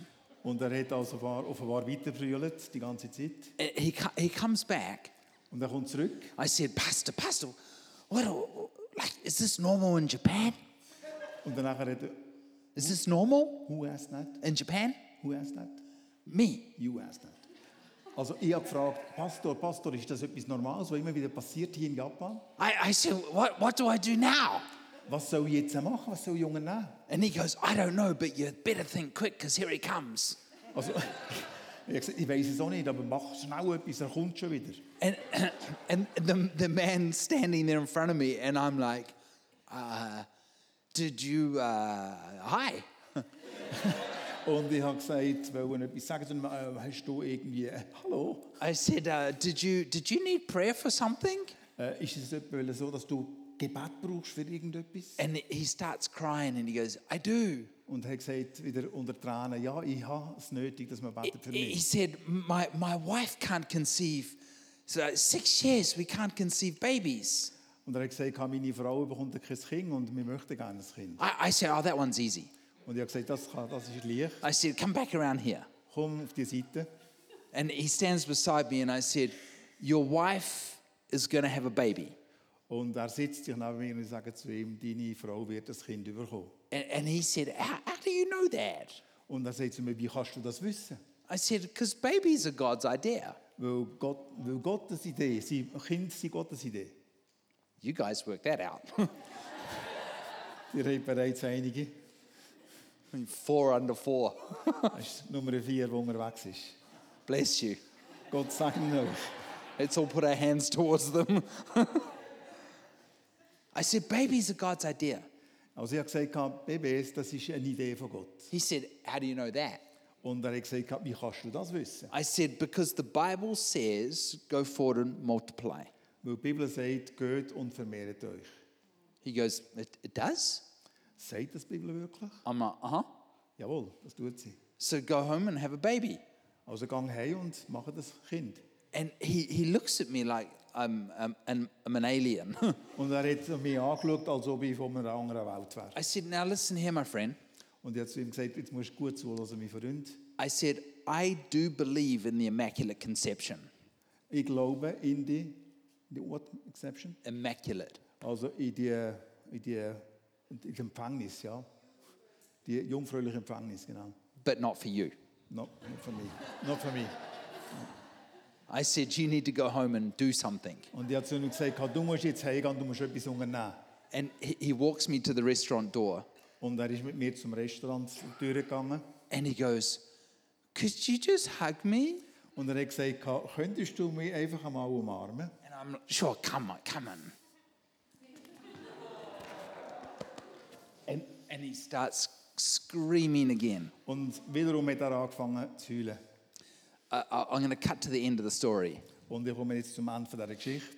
[SPEAKER 2] Und er hat also offenbar, offenbar weiterbrüllt die ganze Zeit.
[SPEAKER 1] And Eh, He, co- he comes back.
[SPEAKER 2] Und er kommt zurück.
[SPEAKER 1] I said, Pastor, Pastor, what, like, is this normal in Japan?
[SPEAKER 2] Und danach hat er,
[SPEAKER 1] Is this normal
[SPEAKER 2] who asked that?
[SPEAKER 1] in Japan?
[SPEAKER 2] Who asked that?
[SPEAKER 1] Me.
[SPEAKER 2] You asked that. Also ich habe gefragt, Pastor, Pastor, ist das etwas Normales, was immer wieder passiert hier in Japan?
[SPEAKER 1] I, I said, what, what do I do now?
[SPEAKER 2] Was soll ich jetzt machen? Was soll ich unternehmen?
[SPEAKER 1] And he goes, I don't know, but you better think quick because here he comes.
[SPEAKER 2] Also, ich habe gesagt, ich weiß es auch nicht, aber mach schnell etwas, er kommt schon wieder.
[SPEAKER 1] And, and the, the man standing there in front of me, and I'm like, uh, Did you, uh, hi?
[SPEAKER 2] Und ich habe gesagt, weil er etwas sagt, dann äh, hast du irgendwie, äh, hallo?
[SPEAKER 1] I said, uh, did, you, did you need prayer for something?
[SPEAKER 2] Äh, ist es etwa so, dass du Gebet brauchst für irgendetwas?
[SPEAKER 1] And he starts crying and he goes, I do.
[SPEAKER 2] Und er hat gesagt, wieder unter Tränen, ja, ich habe es nötig, dass man betet für
[SPEAKER 1] He
[SPEAKER 2] mich.
[SPEAKER 1] said, My, my wife can't conceive. So uh, six years we can't conceive babies.
[SPEAKER 2] Und er hat gesagt, ja, meine Frau bekommt kein Kind und wir möchten gerne ein Kind.
[SPEAKER 1] I, I said, Oh, that one's easy.
[SPEAKER 2] Und ich habe gesagt, das, kann, das ist leicht.
[SPEAKER 1] I said, Come back around here.
[SPEAKER 2] Komm auf die Seite.
[SPEAKER 1] And he stands beside me and I said, Your wife is going to have a baby.
[SPEAKER 2] Und er sitzt sich neben mir und ich sage zu ihm, deine Frau wird das Kind bekommen.
[SPEAKER 1] And, and he said, how, how do you know that?
[SPEAKER 2] Und er sagt zu mir, wie kannst du das wissen?
[SPEAKER 1] I said, Because babies are God's idea.
[SPEAKER 2] Weil, Gott, weil Gottes Idee, sein Kind sind Gottes Idee.
[SPEAKER 1] You guys work that out.
[SPEAKER 2] Ihr habt bereits einige.
[SPEAKER 1] four under four.
[SPEAKER 2] Das ist Nummer vier, die unterwegs ist.
[SPEAKER 1] Bless you.
[SPEAKER 2] Gott segne euch.
[SPEAKER 1] Let's all put our hands towards them. I said, Babies are God's idea.
[SPEAKER 2] Also ich habe gesagt, BBS, das ist eine Idee von Gott.
[SPEAKER 1] He said, How do you know that?
[SPEAKER 2] Und er hat gesagt, wie kannst du das wissen?
[SPEAKER 1] I said, Because the Bible says, Go forward and multiply.
[SPEAKER 2] Weil die Bibel sagt, geht und vermehrt euch.
[SPEAKER 1] He goes, It, it does?
[SPEAKER 2] Sagt das die Bibel wirklich?
[SPEAKER 1] I'm like, Uh huh.
[SPEAKER 2] Jawohl, das tut sie.
[SPEAKER 1] So go home and have a baby.
[SPEAKER 2] Also gang heim und mache das Kind.
[SPEAKER 1] And he, he looks at me like I'm, I'm, I'm, I'm an alien.
[SPEAKER 2] Und er hat mich angeschaut, als ob ich von einer anderen Welt wäre.
[SPEAKER 1] I said, Now listen here, my friend.
[SPEAKER 2] Und ich habe zu ihm gesagt, jetzt musst du gut zuhören, mein Freund.
[SPEAKER 1] I said, I do believe in the Immaculate Conception.
[SPEAKER 2] Ich glaube in die, die what exception?
[SPEAKER 1] Immaculate.
[SPEAKER 2] Also in die, in die, in die Empfängnis, ja. Die jungfräuliche Empfängnis, genau.
[SPEAKER 1] But not for you.
[SPEAKER 2] No, not for me. Not for me.
[SPEAKER 1] I said, You need to go home and do something.
[SPEAKER 2] Und ich habe zu ihm gesagt, du musst jetzt heimgehen, du musst etwas unternehmen.
[SPEAKER 1] And he, he walks me to the restaurant door
[SPEAKER 2] Und er ist mit mir zum Restaurant zur Tür gegangen.
[SPEAKER 1] and he goes, Could you just hug me?
[SPEAKER 2] Und er hat gesagt, könntest du mich einfach einmal umarmen?
[SPEAKER 1] And I'm like, Sure, come on, come on. And, and he starts screaming again.
[SPEAKER 2] Und wiederum hat er angefangen zu heulen.
[SPEAKER 1] Uh, I- I'm going to cut to the end of the story.
[SPEAKER 2] Und ich komme jetzt zum Ende von dieser Geschichte.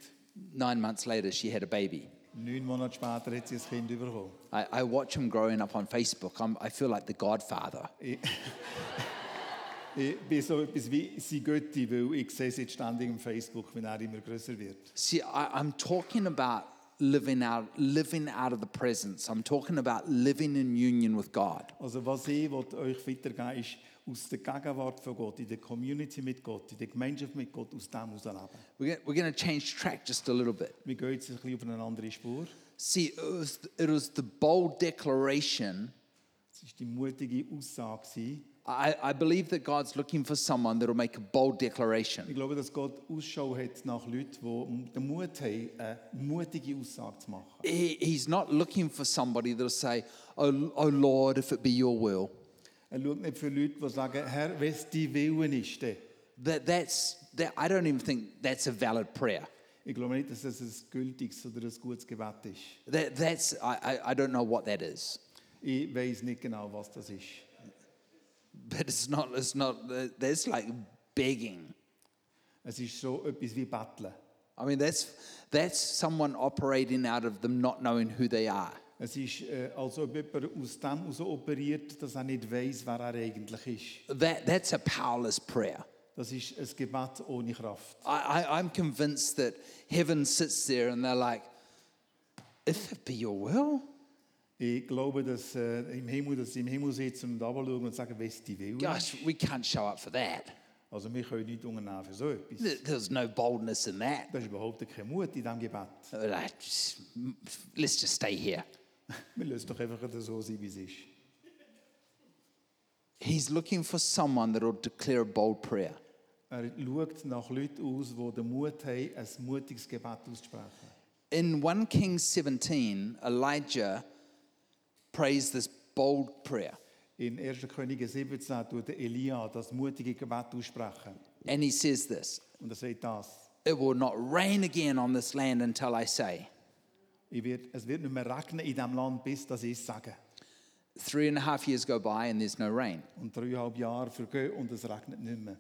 [SPEAKER 1] Nine months later, she had a baby.
[SPEAKER 2] Neun Monate später hat sie ein Kind bekommen.
[SPEAKER 1] I, I watch him growing up on Facebook. I'm, I feel like the godfather.
[SPEAKER 2] Ich bin so etwas wie sein Götti, weil ich sehe es jetzt ständig auf Facebook, wenn er immer größer wird.
[SPEAKER 1] See, I, I'm talking about living out, living out of the presence. I'm talking about living in union with God.
[SPEAKER 2] Also was ich will euch weitergeben ist, aus der Gegenwart von Gott, in der Community mit Gott, in der Gemeinschaft mit Gott, aus dem heraus leben.
[SPEAKER 1] We're going, we're going to change track just a little bit.
[SPEAKER 2] Wir gehen jetzt ein bisschen auf eine andere Spur.
[SPEAKER 1] See, it was, it was the bold declaration.
[SPEAKER 2] Es war die mutige Aussage. gewesen.
[SPEAKER 1] I, I believe that God's looking for someone that'll make a bold
[SPEAKER 2] Ich
[SPEAKER 1] declaration.
[SPEAKER 2] glaube, dass Gott Ausschau hat nach Leuten, die den Mut haben, eine mutige Aussage zu machen.
[SPEAKER 1] He, he's not looking for somebody that'll say, oh, oh Lord, if it be your will.
[SPEAKER 2] Er schaut nicht für Leute, die sagen, Herr, wenn es dein Willen ist, dann.
[SPEAKER 1] That, that's, that, I don't even think that's a valid prayer.
[SPEAKER 2] Ich glaube nicht, dass das ein gültiges oder ein gutes Gebet ist.
[SPEAKER 1] That, that's, I, I, I don't know what that is.
[SPEAKER 2] Ich weiß nicht genau, was das ist.
[SPEAKER 1] But it's not, it's not, that's like begging.
[SPEAKER 2] Es ist so etwas wie Betteln.
[SPEAKER 1] I mean, that's, that's someone operating out of them not knowing who they are.
[SPEAKER 2] Es ist, äh, als ob jemand aus dem heraus operiert, dass er nicht weiß, wer er eigentlich ist.
[SPEAKER 1] That, that's a powerless prayer.
[SPEAKER 2] Das ist ein Gebet ohne Kraft.
[SPEAKER 1] I, I, I'm convinced that heaven sits there and they're like, if it be your will,
[SPEAKER 2] Ich glaube, dass, äh, im Himmel, dass sie im Himmel sitzen und runterschauen und sagen, was die will.
[SPEAKER 1] gosh, we can't show up for that.
[SPEAKER 2] Also wir können nicht unternehmen für so etwas.
[SPEAKER 1] There- There's no boldness in that.
[SPEAKER 2] Da ist überhaupt kein Mut in diesem Gebet.
[SPEAKER 1] They're like, "Just- Let's just stay here.
[SPEAKER 2] Wir lassen doch einfach so sein, wie es ist.
[SPEAKER 1] He's looking for someone that will declare a bold prayer.
[SPEAKER 2] Er schaut nach Leuten aus, die den Mut haben, ein mutiges Gebet auszusprechen.
[SPEAKER 1] In 1 Kings 17, Elijah prays this bold prayer.
[SPEAKER 2] In 1. Könige 17 tut der Elia das mutige Gebet aussprechen.
[SPEAKER 1] And he says this
[SPEAKER 2] Und er sagt das.
[SPEAKER 1] It will not rain again on this land until I say.
[SPEAKER 2] Ich werd, es wird nicht mehr regnen in diesem Land, bis das ich es sage.
[SPEAKER 1] Three and a half years go by and there's no rain.
[SPEAKER 2] Und dreieinhalb Jahre vergehen und es regnet nicht mehr.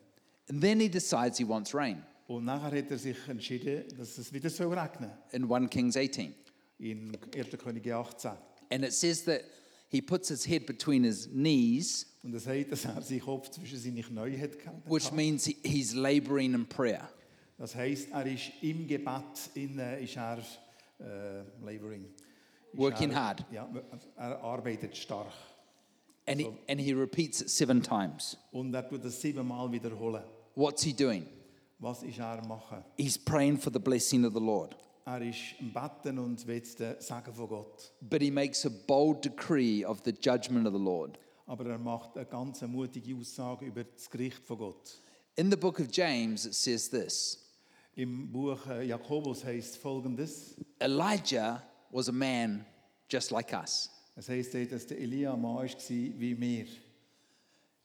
[SPEAKER 1] And then he decides he wants rain
[SPEAKER 2] Und nachher hat er sich entschieden, dass es wieder soll regnen
[SPEAKER 1] in 1 Kings 18.
[SPEAKER 2] In 1. Könige 18.
[SPEAKER 1] And it says that he puts his head between his knees,
[SPEAKER 2] Und er sagt, dass er seinen Kopf zwischen seine Knie hat gehalten.
[SPEAKER 1] which means he- he's laboring in prayer.
[SPEAKER 2] Das heißt, er ist im Gebet in, äh, ist er, äh, laboring. Ist
[SPEAKER 1] Working
[SPEAKER 2] er,
[SPEAKER 1] hard.
[SPEAKER 2] Ja, er arbeitet stark.
[SPEAKER 1] And he, and he repeats it seven times.
[SPEAKER 2] Und er tut das siebenmal wiederholen.
[SPEAKER 1] What's he doing?
[SPEAKER 2] Was ist er am machen?
[SPEAKER 1] He's praying for the blessing of the Lord.
[SPEAKER 2] Er ist im Betten und will den Segen von Gott.
[SPEAKER 1] But he makes a bold decree of the judgment of the Lord.
[SPEAKER 2] Aber er macht eine ganz mutige Aussage über das Gericht von Gott.
[SPEAKER 1] In the book of James, it says this
[SPEAKER 2] Im Buch äh, Jakobus heißt folgendes:
[SPEAKER 1] Elijah was a man just like us.
[SPEAKER 2] Es heißt, dort, dass der Elia ein Mann war wie wir.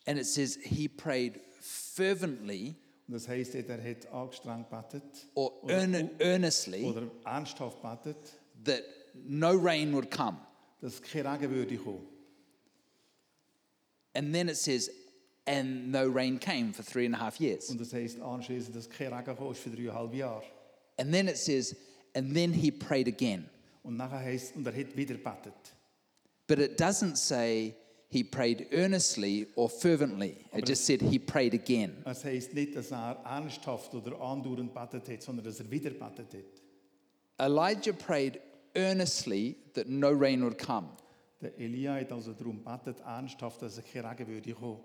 [SPEAKER 1] And it says he prayed fervently
[SPEAKER 2] Und das heißt, dort, er hat angestrengt gebetet
[SPEAKER 1] or earn- earnestly
[SPEAKER 2] oder ernsthaft gebetet.
[SPEAKER 1] that no rain would come.
[SPEAKER 2] dass kein Regen würde kommen.
[SPEAKER 1] And then it says, and no rain came for three and a half years.
[SPEAKER 2] Und das heisst anschließend, dass kein Regen kam, ist für dreieinhalb Jahre.
[SPEAKER 1] And then it says, and then he prayed again.
[SPEAKER 2] Und nachher heisst es, und er hat wieder betet.
[SPEAKER 1] But it doesn't say he prayed earnestly or fervently. It just said he prayed again.
[SPEAKER 2] Es heisst nicht, dass er ernsthaft oder andauernd betet hat, sondern dass er wieder betet hat.
[SPEAKER 1] Elijah prayed earnestly that no rain would come.
[SPEAKER 2] Der Elia hat also darum betet, ernsthaft, dass er kein Regen würde kommen.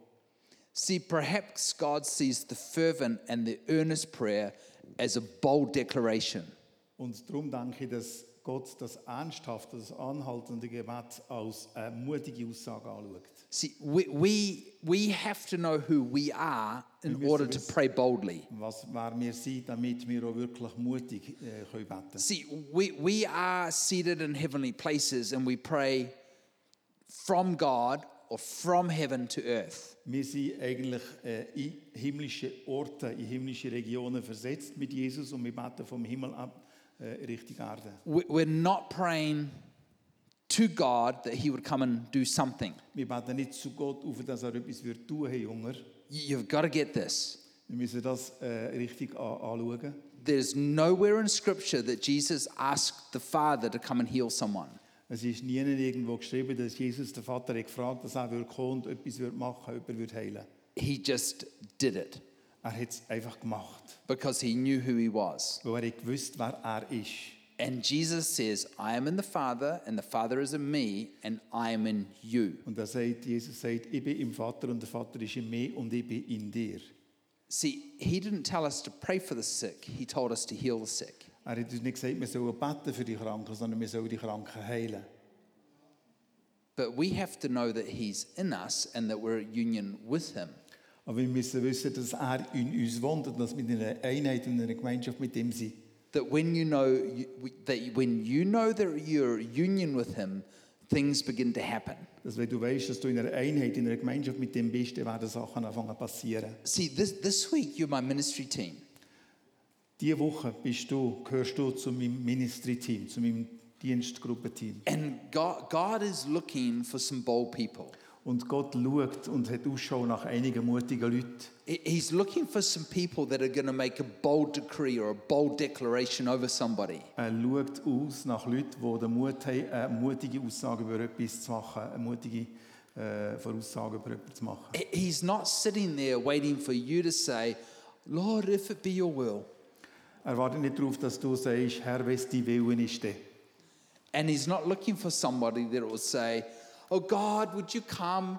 [SPEAKER 1] See, perhaps God sees the fervent and the earnest prayer as a bold declaration.
[SPEAKER 2] Und darum denke ich, dass Gott das ernsthafte, das anhaltende Gebet als eine mutige Aussage anschaut.
[SPEAKER 1] See, we, we, we have to know who we are in order to pray boldly.
[SPEAKER 2] Was wer wir sind, damit wir auch wirklich mutig äh, können beten können.
[SPEAKER 1] See, we, we are seated in heavenly places and we pray from God or from heaven to earth.
[SPEAKER 2] Wir sind eigentlich äh, in himmlische Orte, in himmlische Regionen versetzt mit Jesus und wir beten vom Himmel ab äh, Richtung Erde.
[SPEAKER 1] We- We're not praying to God that He would come and do something.
[SPEAKER 2] Wir beten nicht zu Gott auf, dass er etwas wird tun, Herr Junger.
[SPEAKER 1] You- You've got to get this.
[SPEAKER 2] Wir müssen das äh, richtig an anschauen.
[SPEAKER 1] There's nowhere in Scripture that Jesus asked the Father to come and heal someone.
[SPEAKER 2] Es ist nie irgendwo geschrieben, dass Jesus den Vater hat gefragt dass er würde kommen und etwas würde machen jemanden würde heilen
[SPEAKER 1] He just did it
[SPEAKER 2] Er hat es einfach gemacht,
[SPEAKER 1] because He knew who He was.
[SPEAKER 2] weil er hat gewusst wer er ist.
[SPEAKER 1] And Jesus says, I am in the Father, and the Father is in me, and I am in you.
[SPEAKER 2] Und er sagt, Jesus sagt, ich bin im Vater und der Vater ist in mir und ich bin in dir.
[SPEAKER 1] See, he didn't tell us to pray for the sick, he told us to heal the sick.
[SPEAKER 2] Er hat uns nicht gesagt, wir sollen beten für die Kranken, sondern wir sollen die Kranken heilen.
[SPEAKER 1] But we have to know that he's in us and that we're at union with him.
[SPEAKER 2] Aber wir müssen wissen, dass er in uns wohnt und dass wir in einer Einheit und in einer Gemeinschaft mit ihm sind.
[SPEAKER 1] That when you know that when you know that you're at union with him, things begin to happen.
[SPEAKER 2] Dass wenn du weißt, dass du in einer Einheit, in einer Gemeinschaft mit ihm bist, dann werden Sachen anfangen zu passieren.
[SPEAKER 1] See, this this week you're my ministry team.
[SPEAKER 2] Diese Woche bist du, gehörst du zu meinem Ministry-Team, zu meinem Dienstgruppenteam.
[SPEAKER 1] And God, God is looking for some bold people.
[SPEAKER 2] Und Gott schaut und hat Ausschau nach einigen mutigen Leuten.
[SPEAKER 1] He- He's looking for some people that are going to make a bold decree or a bold declaration over somebody.
[SPEAKER 2] Er schaut aus nach Leuten, die den Mut haben, eine mutige Aussage über etwas zu machen, eine mutige äh, Voraussage über etwas zu machen.
[SPEAKER 1] He- He's not sitting there waiting for you to say, Lord, if it be your will.
[SPEAKER 2] Er wartet nicht darauf, dass du sagst, Herr, wenn es dein Willen ist. dann.
[SPEAKER 1] And he's not looking for somebody that will say, Oh God, would you come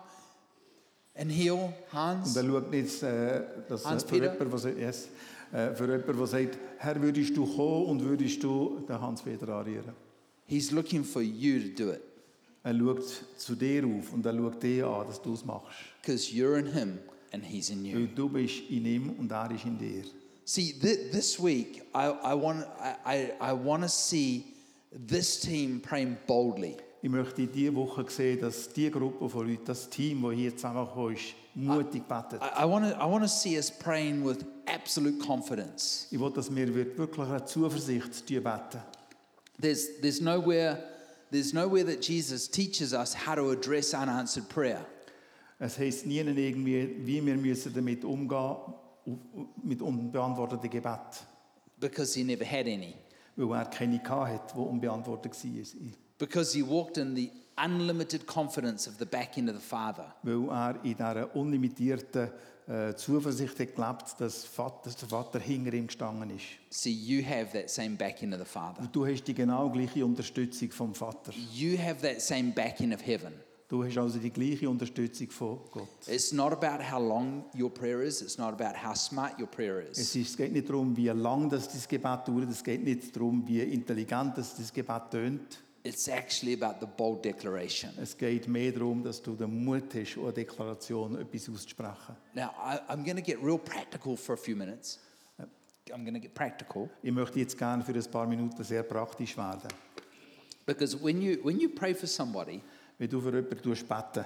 [SPEAKER 1] and heal
[SPEAKER 2] Und
[SPEAKER 1] Hans?
[SPEAKER 2] er schaut nicht, äh, dass
[SPEAKER 1] Hans
[SPEAKER 2] für,
[SPEAKER 1] Peter?
[SPEAKER 2] jemanden, der sagt, yes, äh, für jemanden, der sagt, Herr, würdest du kommen und würdest du den Hans-Peter anrühren?
[SPEAKER 1] He's looking for you to do it
[SPEAKER 2] Er schaut zu dir auf und er schaut dir an, dass du es machst.
[SPEAKER 1] because you're in him and he's in you.
[SPEAKER 2] Weil du bist in ihm und er ist in dir.
[SPEAKER 1] See, th- this week, I, I want I, I, I want to see this team praying boldly.
[SPEAKER 2] Ich möchte diese Woche sehen, dass die Gruppe von Leuten, das Team, das hier zusammengekommen ist, mutig betet.
[SPEAKER 1] I, I want to I want to see us praying with absolute confidence.
[SPEAKER 2] Ich will, dass wir wirklich eine Zuversicht beten.
[SPEAKER 1] There's, there's, nowhere, there's nowhere that Jesus teaches us how to address unanswered prayer.
[SPEAKER 2] Es heisst nie irgendwie, wie wir müssen damit umgehen müssen, mit unbeantworteten Gebet.
[SPEAKER 1] because he never had any.
[SPEAKER 2] Weil er keine hatte, die unbeantwortet waren.
[SPEAKER 1] Because he walked in the unlimited confidence of the back end of the Father.
[SPEAKER 2] Weil er in dieser unlimitierten äh, Zuversicht hat gelebt dass, Vater, dass der Vater hinter ihm gestanden ist.
[SPEAKER 1] See, you have that same back end of the Father.
[SPEAKER 2] Und du hast die genau gleiche Unterstützung vom Vater.
[SPEAKER 1] You have that same back end of heaven.
[SPEAKER 2] Du hast also die gleiche Unterstützung von Gott.
[SPEAKER 1] It's not about how long your prayer is, it's not about how smart your prayer
[SPEAKER 2] Es
[SPEAKER 1] is.
[SPEAKER 2] ist, es geht nicht darum, wie lang das dein Gebet dauert, es geht nicht darum, wie intelligent das dein Gebet tönt.
[SPEAKER 1] It's actually about the bold declaration.
[SPEAKER 2] Es geht mehr darum, dass du den Mut hast, eine Deklaration etwas auszusprechen.
[SPEAKER 1] Now, I, I'm going to get real practical for a few minutes. Uh, I'm going to get practical
[SPEAKER 2] Ich möchte jetzt gerne für ein paar Minuten sehr praktisch werden.
[SPEAKER 1] because when you, when you pray for somebody,
[SPEAKER 2] Wenn du für jemanden tust beten,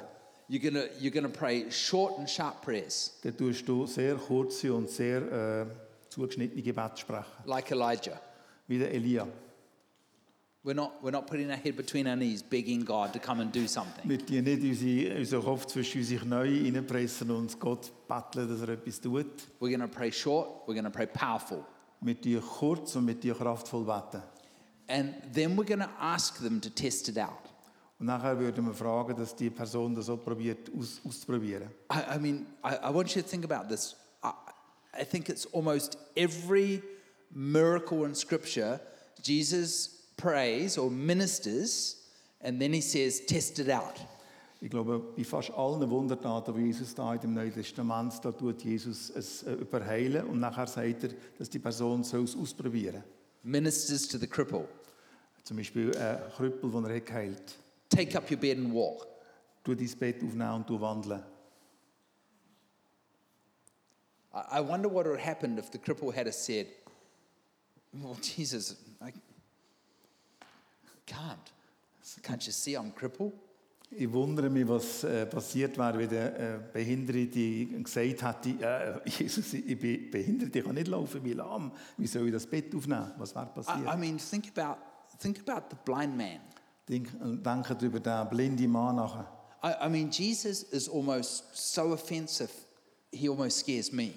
[SPEAKER 1] you're going to you're going to pray short and sharp prayers
[SPEAKER 2] dann tust du sehr kurze und sehr äh, zugeschnittene Gebete sprechen.
[SPEAKER 1] like Elijah.
[SPEAKER 2] Wie der Elia.
[SPEAKER 1] We're not, we're not putting our head between our knees begging God to come and do something.
[SPEAKER 2] Wir tun nicht unsere, unseren Kopf zwischen unsere Knie reinpressen und Gott betteln, dass er etwas tut.
[SPEAKER 1] We're going to pray short, we're going to pray powerful.
[SPEAKER 2] Wir tun kurz und wir tun kraftvoll beten.
[SPEAKER 1] And then we're going to ask them to test it out.
[SPEAKER 2] Und nachher würden wir fragen, dass die Person das auch probiert aus, auszuprobieren.
[SPEAKER 1] I, I mean, I, I want you to think about this. I, I think it's almost every miracle in Scripture, Jesus prays or ministers, and then he says, test it out.
[SPEAKER 2] Ich glaube, bei fast allen Wundertaten, die Jesus da im Neuen Testament da tut, Jesus es äh, überheilen und nachher sagt er, dass die Person soll es ausprobieren
[SPEAKER 1] Ministers to the cripple,
[SPEAKER 2] Zum Beispiel ein Krüppel, den er hat geheilt
[SPEAKER 1] take up your bed and walk.
[SPEAKER 2] Tu dein Bett aufnehmen und du wandeln.
[SPEAKER 1] I I wonder what would have happened if the cripple had have said, Well, Jesus, I can't. Can't you see I'm crippled?
[SPEAKER 2] Ich wundere mich, was äh, passiert wäre, wenn der äh, Behinderte gesagt hätte, äh, Jesus, ich bin behindert, ich kann nicht laufen, ich bin lahm. Wie soll ich das Bett aufnehmen? Was wäre passiert?
[SPEAKER 1] I, I mean, think about, think about the blind man.
[SPEAKER 2] Denk, denken über den blinden Mann nachher.
[SPEAKER 1] I, I mean, Jesus is almost so offensive, he almost scares me.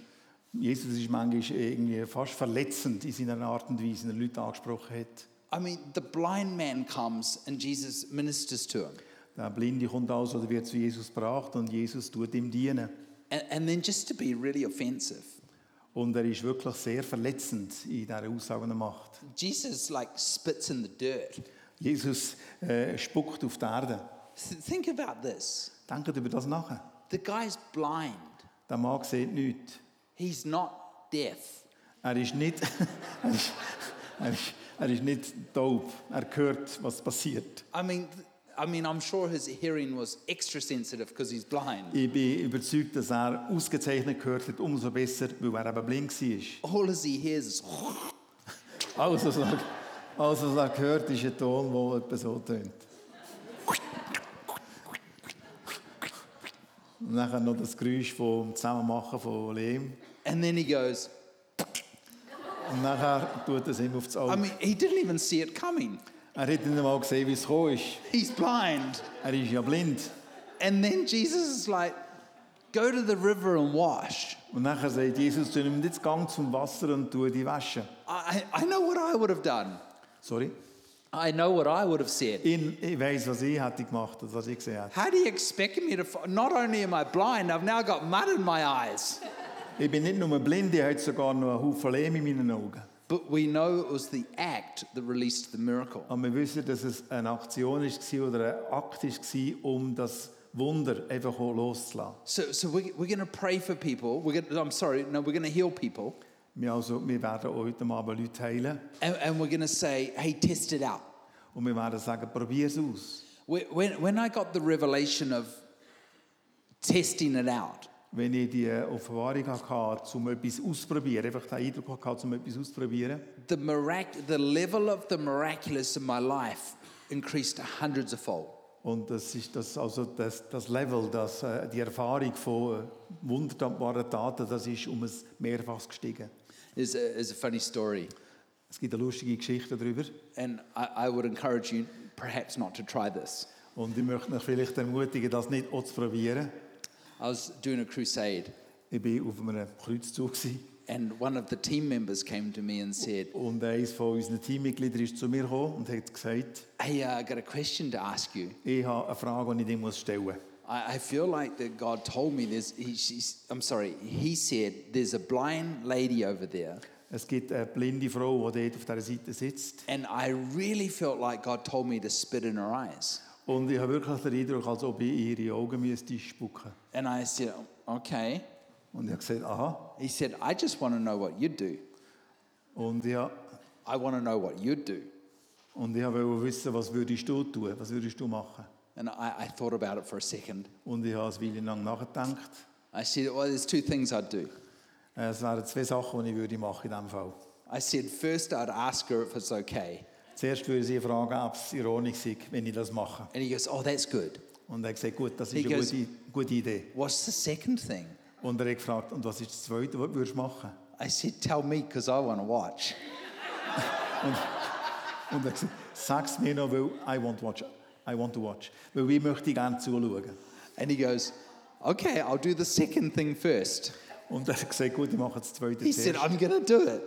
[SPEAKER 2] Jesus ist manchmal irgendwie fast verletzend in seiner Art und Weise, wie er Leute angesprochen hat.
[SPEAKER 1] I mean, the blind man comes and Jesus ministers to him.
[SPEAKER 2] Der Blinde kommt aus oder wird zu Jesus gebracht und Jesus tut ihm dienen.
[SPEAKER 1] And, and then just to be really offensive,
[SPEAKER 2] Und er ist wirklich sehr verletzend in dieser Aussage, die er macht.
[SPEAKER 1] Jesus like spits in the dirt.
[SPEAKER 2] Jesus äh, spuckt auf die Erde.
[SPEAKER 1] Th- Think about this.
[SPEAKER 2] Denkt über das nachher.
[SPEAKER 1] The guy's blind.
[SPEAKER 2] Der Mann sieht nichts.
[SPEAKER 1] He's not deaf.
[SPEAKER 2] Er ist nicht, er ist, er ist, er ist nicht taub. Er hört, was passiert.
[SPEAKER 1] I mean, th- I mean, I'm sure his hearing was extra sensitive because he's blind.
[SPEAKER 2] Ich bin überzeugt, dass er ausgezeichnet gehört hat, umso besser, weil er eben blind war.
[SPEAKER 1] All as he hears is
[SPEAKER 2] Alles, was er, alles, was er hört, ist ein Ton, der etwa so tönt. Und nachher noch das Geräusch vom Zusammenmachen von Lehm.
[SPEAKER 1] and then he goes.
[SPEAKER 2] Und nachher tut es ihm auf das Auge.
[SPEAKER 1] I mean, he didn't even see it coming.
[SPEAKER 2] er hat nicht einmal gesehen, wie es gekommen ist.
[SPEAKER 1] He's blind.
[SPEAKER 2] Er ist ja blind.
[SPEAKER 1] And then Jesus is like, go to the river and wash.
[SPEAKER 2] Und nachher sagt Jesus zu ihm, jetzt gang zum Wasser und tu die waschen.
[SPEAKER 1] I, I know what I would have done.
[SPEAKER 2] Sorry.
[SPEAKER 1] I know what I would have said.
[SPEAKER 2] Ich, ich weiss, was ich hätte gemacht oder was ich gesehen hätte.
[SPEAKER 1] How do you expect me to? Fo- Not only am I blind, I've now got mud in my eyes.
[SPEAKER 2] Ich bin nicht nur blind, ich habe sogar noch einen Haufen Lehm in meinen Augen.
[SPEAKER 1] But we know it was the act that released the miracle.
[SPEAKER 2] Aber wir wissen, dass es eine Aktion war oder ein Akt war, um das Wunder einfach auch loszulassen.
[SPEAKER 1] So, so we, we're going to pray for people. We're gonna, I'm sorry, no, we're going to heal people.
[SPEAKER 2] Wir, also, wir werden auch heute Abend Leute heilen
[SPEAKER 1] And, and we're going to say, hey, test it out.
[SPEAKER 2] und wir werden sagen, probier es aus.
[SPEAKER 1] Whe- When, when I got the revelation of testing it out,
[SPEAKER 2] Wenn ich die äh, Offenbarung hatte, um etwas auszuprobieren, einfach den Eindruck hatte, um etwas auszuprobieren,
[SPEAKER 1] the, mirac- the level of the miraculous in my life increased hundreds of fold.
[SPEAKER 2] Und das ist das, also das, das Level, das, äh, die Erfahrung von äh, wunderbaren Taten, das ist um ein Mehrfaches gestiegen.
[SPEAKER 1] Is a, is a funny story.
[SPEAKER 2] Es gibt eine lustige Geschichte darüber
[SPEAKER 1] And I, I would encourage you perhaps not to try this.
[SPEAKER 2] und ich möchte euch vielleicht ermutigen, das nicht auch zu probieren.
[SPEAKER 1] I was doing a crusade,
[SPEAKER 2] Ich war auf einem Kreuzzug gewesen
[SPEAKER 1] and one of the team members came to me and said,
[SPEAKER 2] und eines von unseren Teammitgliedern ist zu mir gekommen und hat gesagt,
[SPEAKER 1] Hey, uh, I got a question to ask you.
[SPEAKER 2] ich habe eine Frage, die ich dir muss stellen muss.
[SPEAKER 1] I, I feel like that God told me this. He, she's, I'm sorry, He said, There's a blind lady over there.
[SPEAKER 2] Es gibt eine blinde Frau, die dort auf dieser Seite sitzt
[SPEAKER 1] And I really felt like God told me to spit in her eyes.
[SPEAKER 2] und ich habe wirklich den Eindruck, als ob ich in ihre Augen müsste spucken.
[SPEAKER 1] And I said, Okay.
[SPEAKER 2] Und ich habe gesagt, aha.
[SPEAKER 1] He said, I just want to know what you do.
[SPEAKER 2] Und ich habe
[SPEAKER 1] I want to know what you do.
[SPEAKER 2] Und ich wollte wissen, was würdest du tun, was würdest du machen?
[SPEAKER 1] And I, I thought about it for a second.
[SPEAKER 2] Und ich habe es Weile lang nachgedacht.
[SPEAKER 1] I said, Well, there's two things I'd do.
[SPEAKER 2] Äh, Es wären zwei Sachen, die ich würde machen in diesem Fall.
[SPEAKER 1] I said, First, I'd ask her if it's okay.
[SPEAKER 2] Zuerst würde ich sie fragen, ob es ironisch ist, wenn ich das mache.
[SPEAKER 1] And he goes, Oh, that's good.
[SPEAKER 2] Und er hat gesagt, gut, das
[SPEAKER 1] He
[SPEAKER 2] ist eine
[SPEAKER 1] goes-
[SPEAKER 2] gute, gute Idee.
[SPEAKER 1] What's the second thing?
[SPEAKER 2] Und er hat gefragt, und was ist das Zweite, was würdest du machen?
[SPEAKER 1] I said, Tell me because I want to watch.
[SPEAKER 2] Und er hat gesagt, sag es mir noch, weil I want, watch, I want to watch. Weil ich möchte gerne zuschauen.
[SPEAKER 1] And he goes, Okay, I'll do the second thing first.
[SPEAKER 2] Und er hat gesagt, gut, ich mache das Zweite
[SPEAKER 1] He said,
[SPEAKER 2] zuerst.
[SPEAKER 1] I'm going to do it.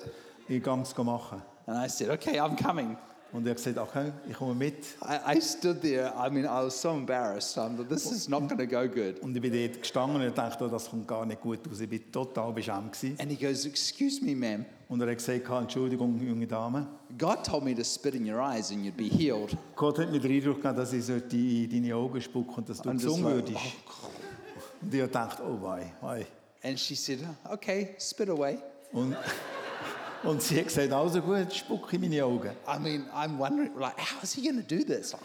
[SPEAKER 2] Ich gehe es machen.
[SPEAKER 1] And I said, Okay, I'm coming.
[SPEAKER 2] Und er hat gesagt, okay, ich komme mit.
[SPEAKER 1] I, I stood there. I mean, I was so embarrassed. I'm like, this is not going to go good.
[SPEAKER 2] Und ich bin dort gestanden und dachte, oh, das kommt gar nicht gut aus. Ich war total beschämt. Gewesen.
[SPEAKER 1] And he goes, Excuse me, ma'am.
[SPEAKER 2] Und er hat gesagt, Entschuldigung, junge Dame.
[SPEAKER 1] God told me to spit in your eyes and you'd be healed.
[SPEAKER 2] Gott hat mir den Eindruck gegeben, dass ich sollte in deine Augen spucken und dass du
[SPEAKER 1] Und das
[SPEAKER 2] gesund
[SPEAKER 1] war-
[SPEAKER 2] würdest. Und ich dachte, oh wei, wei.
[SPEAKER 1] "Oh." And she said, "Oh, Okay, spit away.
[SPEAKER 2] Und, und sie hat gesagt, also gut, spuck in meine Augen.
[SPEAKER 1] I mean, I'm wondering, like, how is he going to do this?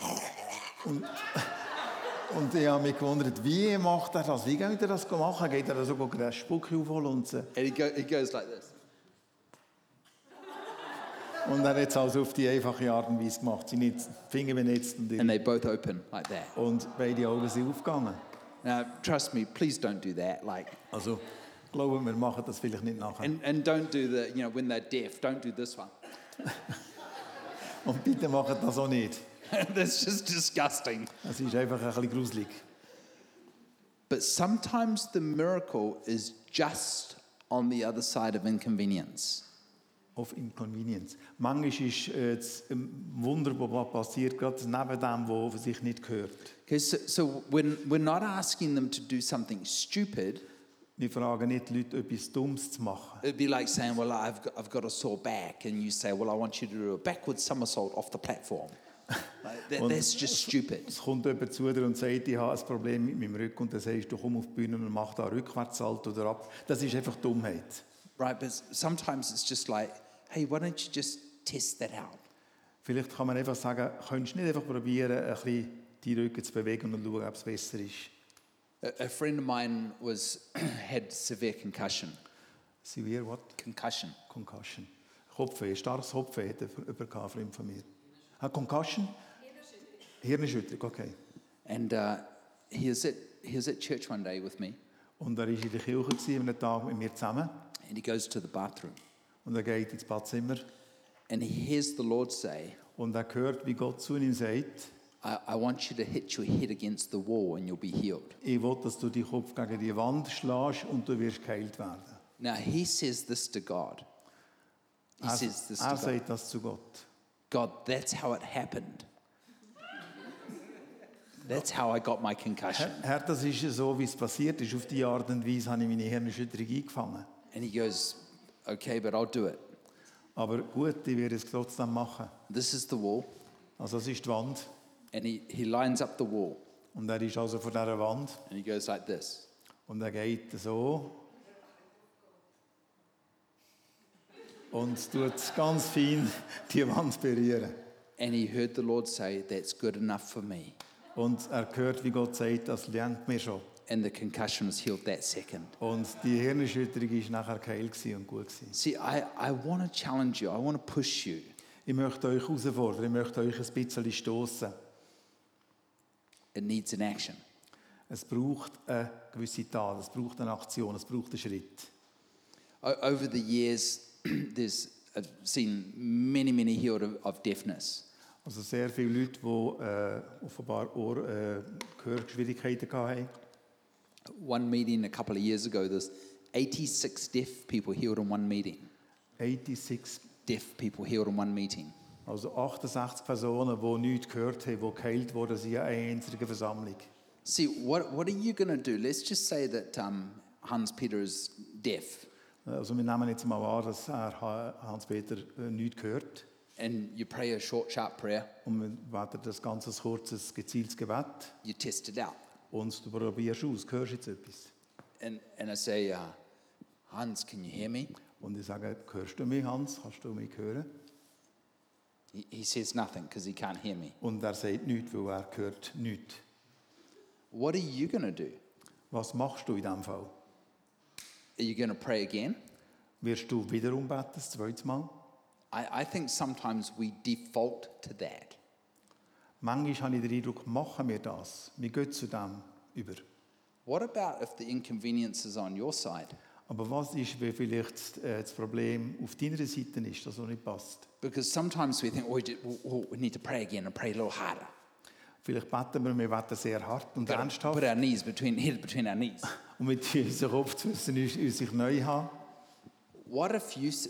[SPEAKER 2] Und ich habe mich gewundert, wie macht er das? Wie geht er das machen? Geht er sogar den Spuck aufholen? Und, so?
[SPEAKER 1] And he, go, he goes like this.
[SPEAKER 2] und er hat es also auf die einfache Art und Weise gemacht. Seine Finger benetzt und,
[SPEAKER 1] And they both open like that.
[SPEAKER 2] und beide Augen sind aufgegangen.
[SPEAKER 1] Now, trust me, please don't do that. Like,
[SPEAKER 2] Also, glaube wir machen das vielleicht nicht nachher.
[SPEAKER 1] and, and don't do the, you know, when they're deaf, don't do this one.
[SPEAKER 2] Und bitte machen das auch nicht.
[SPEAKER 1] That's just disgusting.
[SPEAKER 2] Es ist einfach ein bisschen gruselig.
[SPEAKER 1] But sometimes the miracle is just on the other side of inconvenience.
[SPEAKER 2] Auf Inconvenience. Manchmal ist äh, das ähm, Wunder, was passiert, gerade neben dem, was sich nicht gehört.
[SPEAKER 1] Okay, so, so when we're not asking them to do something stupid,
[SPEAKER 2] Wir fragen nicht die Leute, etwas Dummes zu machen.
[SPEAKER 1] it'd be like saying, Well, I've got, I've got a sore back. And you say, Well, I want you to do a backward somersault off the platform. Like, that, that's just stupid.
[SPEAKER 2] Es kommt jemand zu dir und sagt, ich habe ein Problem mit meinem Rücken. Und dann sagst du, komm auf die Bühne und mach da einen Rückwärtssalto oder ab. Das ist einfach Dummheit.
[SPEAKER 1] Right? But sometimes it's just like, Hey, why don't you just test that out?
[SPEAKER 2] Vielleicht kann man einfach sagen, könntest du nicht einfach probieren, ein bisschen die Rücken zu bewegen und schauen, ob es besser ist.
[SPEAKER 1] A, a friend of mine was had severe concussion.
[SPEAKER 2] Severe what?
[SPEAKER 1] Concussion.
[SPEAKER 2] Concussion. Kopfweh, starkes Kopfweh hat jemand, ein Freund von mir. Ah, Concussion? Hirnerschütterung. okay.
[SPEAKER 1] And uh, he, was at, he was at church one day with me,
[SPEAKER 2] Und er war in der Kirche gewesen, an einem Tag mit mir zusammen.
[SPEAKER 1] and he goes to the bathroom,
[SPEAKER 2] Und er geht ins Badzimmer
[SPEAKER 1] and he hears the Lord say,
[SPEAKER 2] und er hört, wie Gott zu ihm sagt,
[SPEAKER 1] I, I want you to hit your head against the wall and you'll be healed.
[SPEAKER 2] Ich will, dass du den Kopf gegen die Wand schlägst und du wirst geheilt werden.
[SPEAKER 1] Now, he says this to God. He
[SPEAKER 2] Er,
[SPEAKER 1] says this
[SPEAKER 2] er
[SPEAKER 1] to God.
[SPEAKER 2] sagt das zu Gott.
[SPEAKER 1] God, that's how it happened. That's how I got my concussion.
[SPEAKER 2] Herr, Herr, das ist ja so, wie es passiert ist. Auf diese Art und Weise habe ich meine Hirnschütterung eingefangen.
[SPEAKER 1] And he goes, Okay, but I'll do it.
[SPEAKER 2] Aber gut, ich werde es trotzdem machen.
[SPEAKER 1] This is the wall.
[SPEAKER 2] Also es ist die Wand.
[SPEAKER 1] And he, he lines up the wall
[SPEAKER 2] Und er ist also vor dieser Wand.
[SPEAKER 1] and he goes like this.
[SPEAKER 2] Und er geht so. Und tut ganz fein die Wand berühren.
[SPEAKER 1] And he heard the Lord say, That's good enough for me.
[SPEAKER 2] Und er hört, wie Gott sagt, das lernt mir schon.
[SPEAKER 1] And the concussion was healed that second.
[SPEAKER 2] Und die Hirnerschütterung war nachher geheilt gewesen und gut. Gewesen.
[SPEAKER 1] See, I, I want to challenge you, I want to push you.
[SPEAKER 2] Ich möchte euch herausfordern, ich möchte euch ein bisschen stossen.
[SPEAKER 1] It needs an action.
[SPEAKER 2] Es braucht eine gewisse Tat, es braucht eine Aktion, es braucht einen Schritt.
[SPEAKER 1] O- over the years, there's, I've seen many, many healed of, of deafness.
[SPEAKER 2] Also sehr viele Leute, die äh, offenbar Ohr, äh, Gehörschwierigkeiten hatten.
[SPEAKER 1] One meeting a couple of years ago, there's 86 deaf people healed in one meeting.
[SPEAKER 2] 86,
[SPEAKER 1] Deaf people healed in one meeting.
[SPEAKER 2] also 68 Personen, die nichts gehört haben, die geheilt wurden in einer einzigen Versammlung.
[SPEAKER 1] See, what, what are you going to do? Let's just say that um, Hans Peter is deaf
[SPEAKER 2] Also wir nehmen jetzt mal wahr, dass er, Ha- Hans-Peter äh, nichts gehört.
[SPEAKER 1] and you pray a short, sharp prayer,
[SPEAKER 2] Und wir warten das ganze ein kurzes, gezieltes Gebet.
[SPEAKER 1] you test it out.
[SPEAKER 2] Und du probierst aus, hörst jetzt etwas.
[SPEAKER 1] And, and I say, uh, Hans, can you hear me?
[SPEAKER 2] Und ich sage, hörst du mich, Hans? Kannst du mich hören?
[SPEAKER 1] He, he says nothing because he can't hear me.
[SPEAKER 2] Und er sagt nichts, weil er hört nichts.
[SPEAKER 1] What are you going to do?
[SPEAKER 2] Was machst du in diesem Fall?
[SPEAKER 1] Are you going to pray again?
[SPEAKER 2] Wirst du wiederum beten, das zweite Mal?
[SPEAKER 1] I, I think sometimes we default to that.
[SPEAKER 2] Manchmal habe ich den Eindruck, machen wir das. Wir gehen zu dem über.
[SPEAKER 1] What about if the inconvenience is on your side?
[SPEAKER 2] Aber was ist, wenn vielleicht äh, das Problem auf deiner Seite ist, das auch nicht passt?
[SPEAKER 1] Because sometimes we think, oh, we ju- oh, oh, we need to pray again and pray a little harder.
[SPEAKER 2] Vielleicht beten wir, wir beten sehr hart und
[SPEAKER 1] Gotta
[SPEAKER 2] ernsthaft.
[SPEAKER 1] Put our knees between, head between our knees.
[SPEAKER 2] Und wir tun unseren Kopf zwischen uns, uns sich neu haben.
[SPEAKER 1] What if you, s-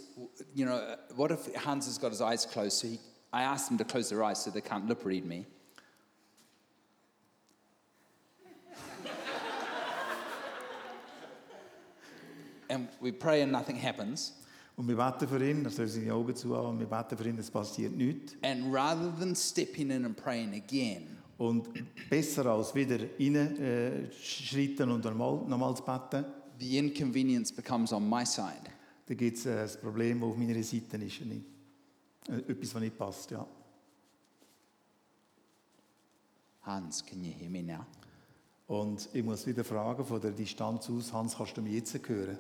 [SPEAKER 1] you know, what if Hans has got his eyes closed? So he, I asked him to close their eyes so they can't lip read me. and we pray and nothing happens.
[SPEAKER 2] Und wir beten für ihn, er soll seine Augen zu haben, und wir beten für ihn, es passiert nichts.
[SPEAKER 1] And rather than stepping in and praying again,
[SPEAKER 2] Und besser als wieder reinschreiten äh, schreiten und nochmal, nochmal zu beten,
[SPEAKER 1] the inconvenience becomes on my side.
[SPEAKER 2] dann gibt es äh, ein Problem, das auf meiner Seite ist. und nicht- Äh, etwas, was nicht passt, ja.
[SPEAKER 1] Hans, can you hear me now?
[SPEAKER 2] Und ich muss wieder fragen, von der Distanz aus, Hans, kannst du mich jetzt hören?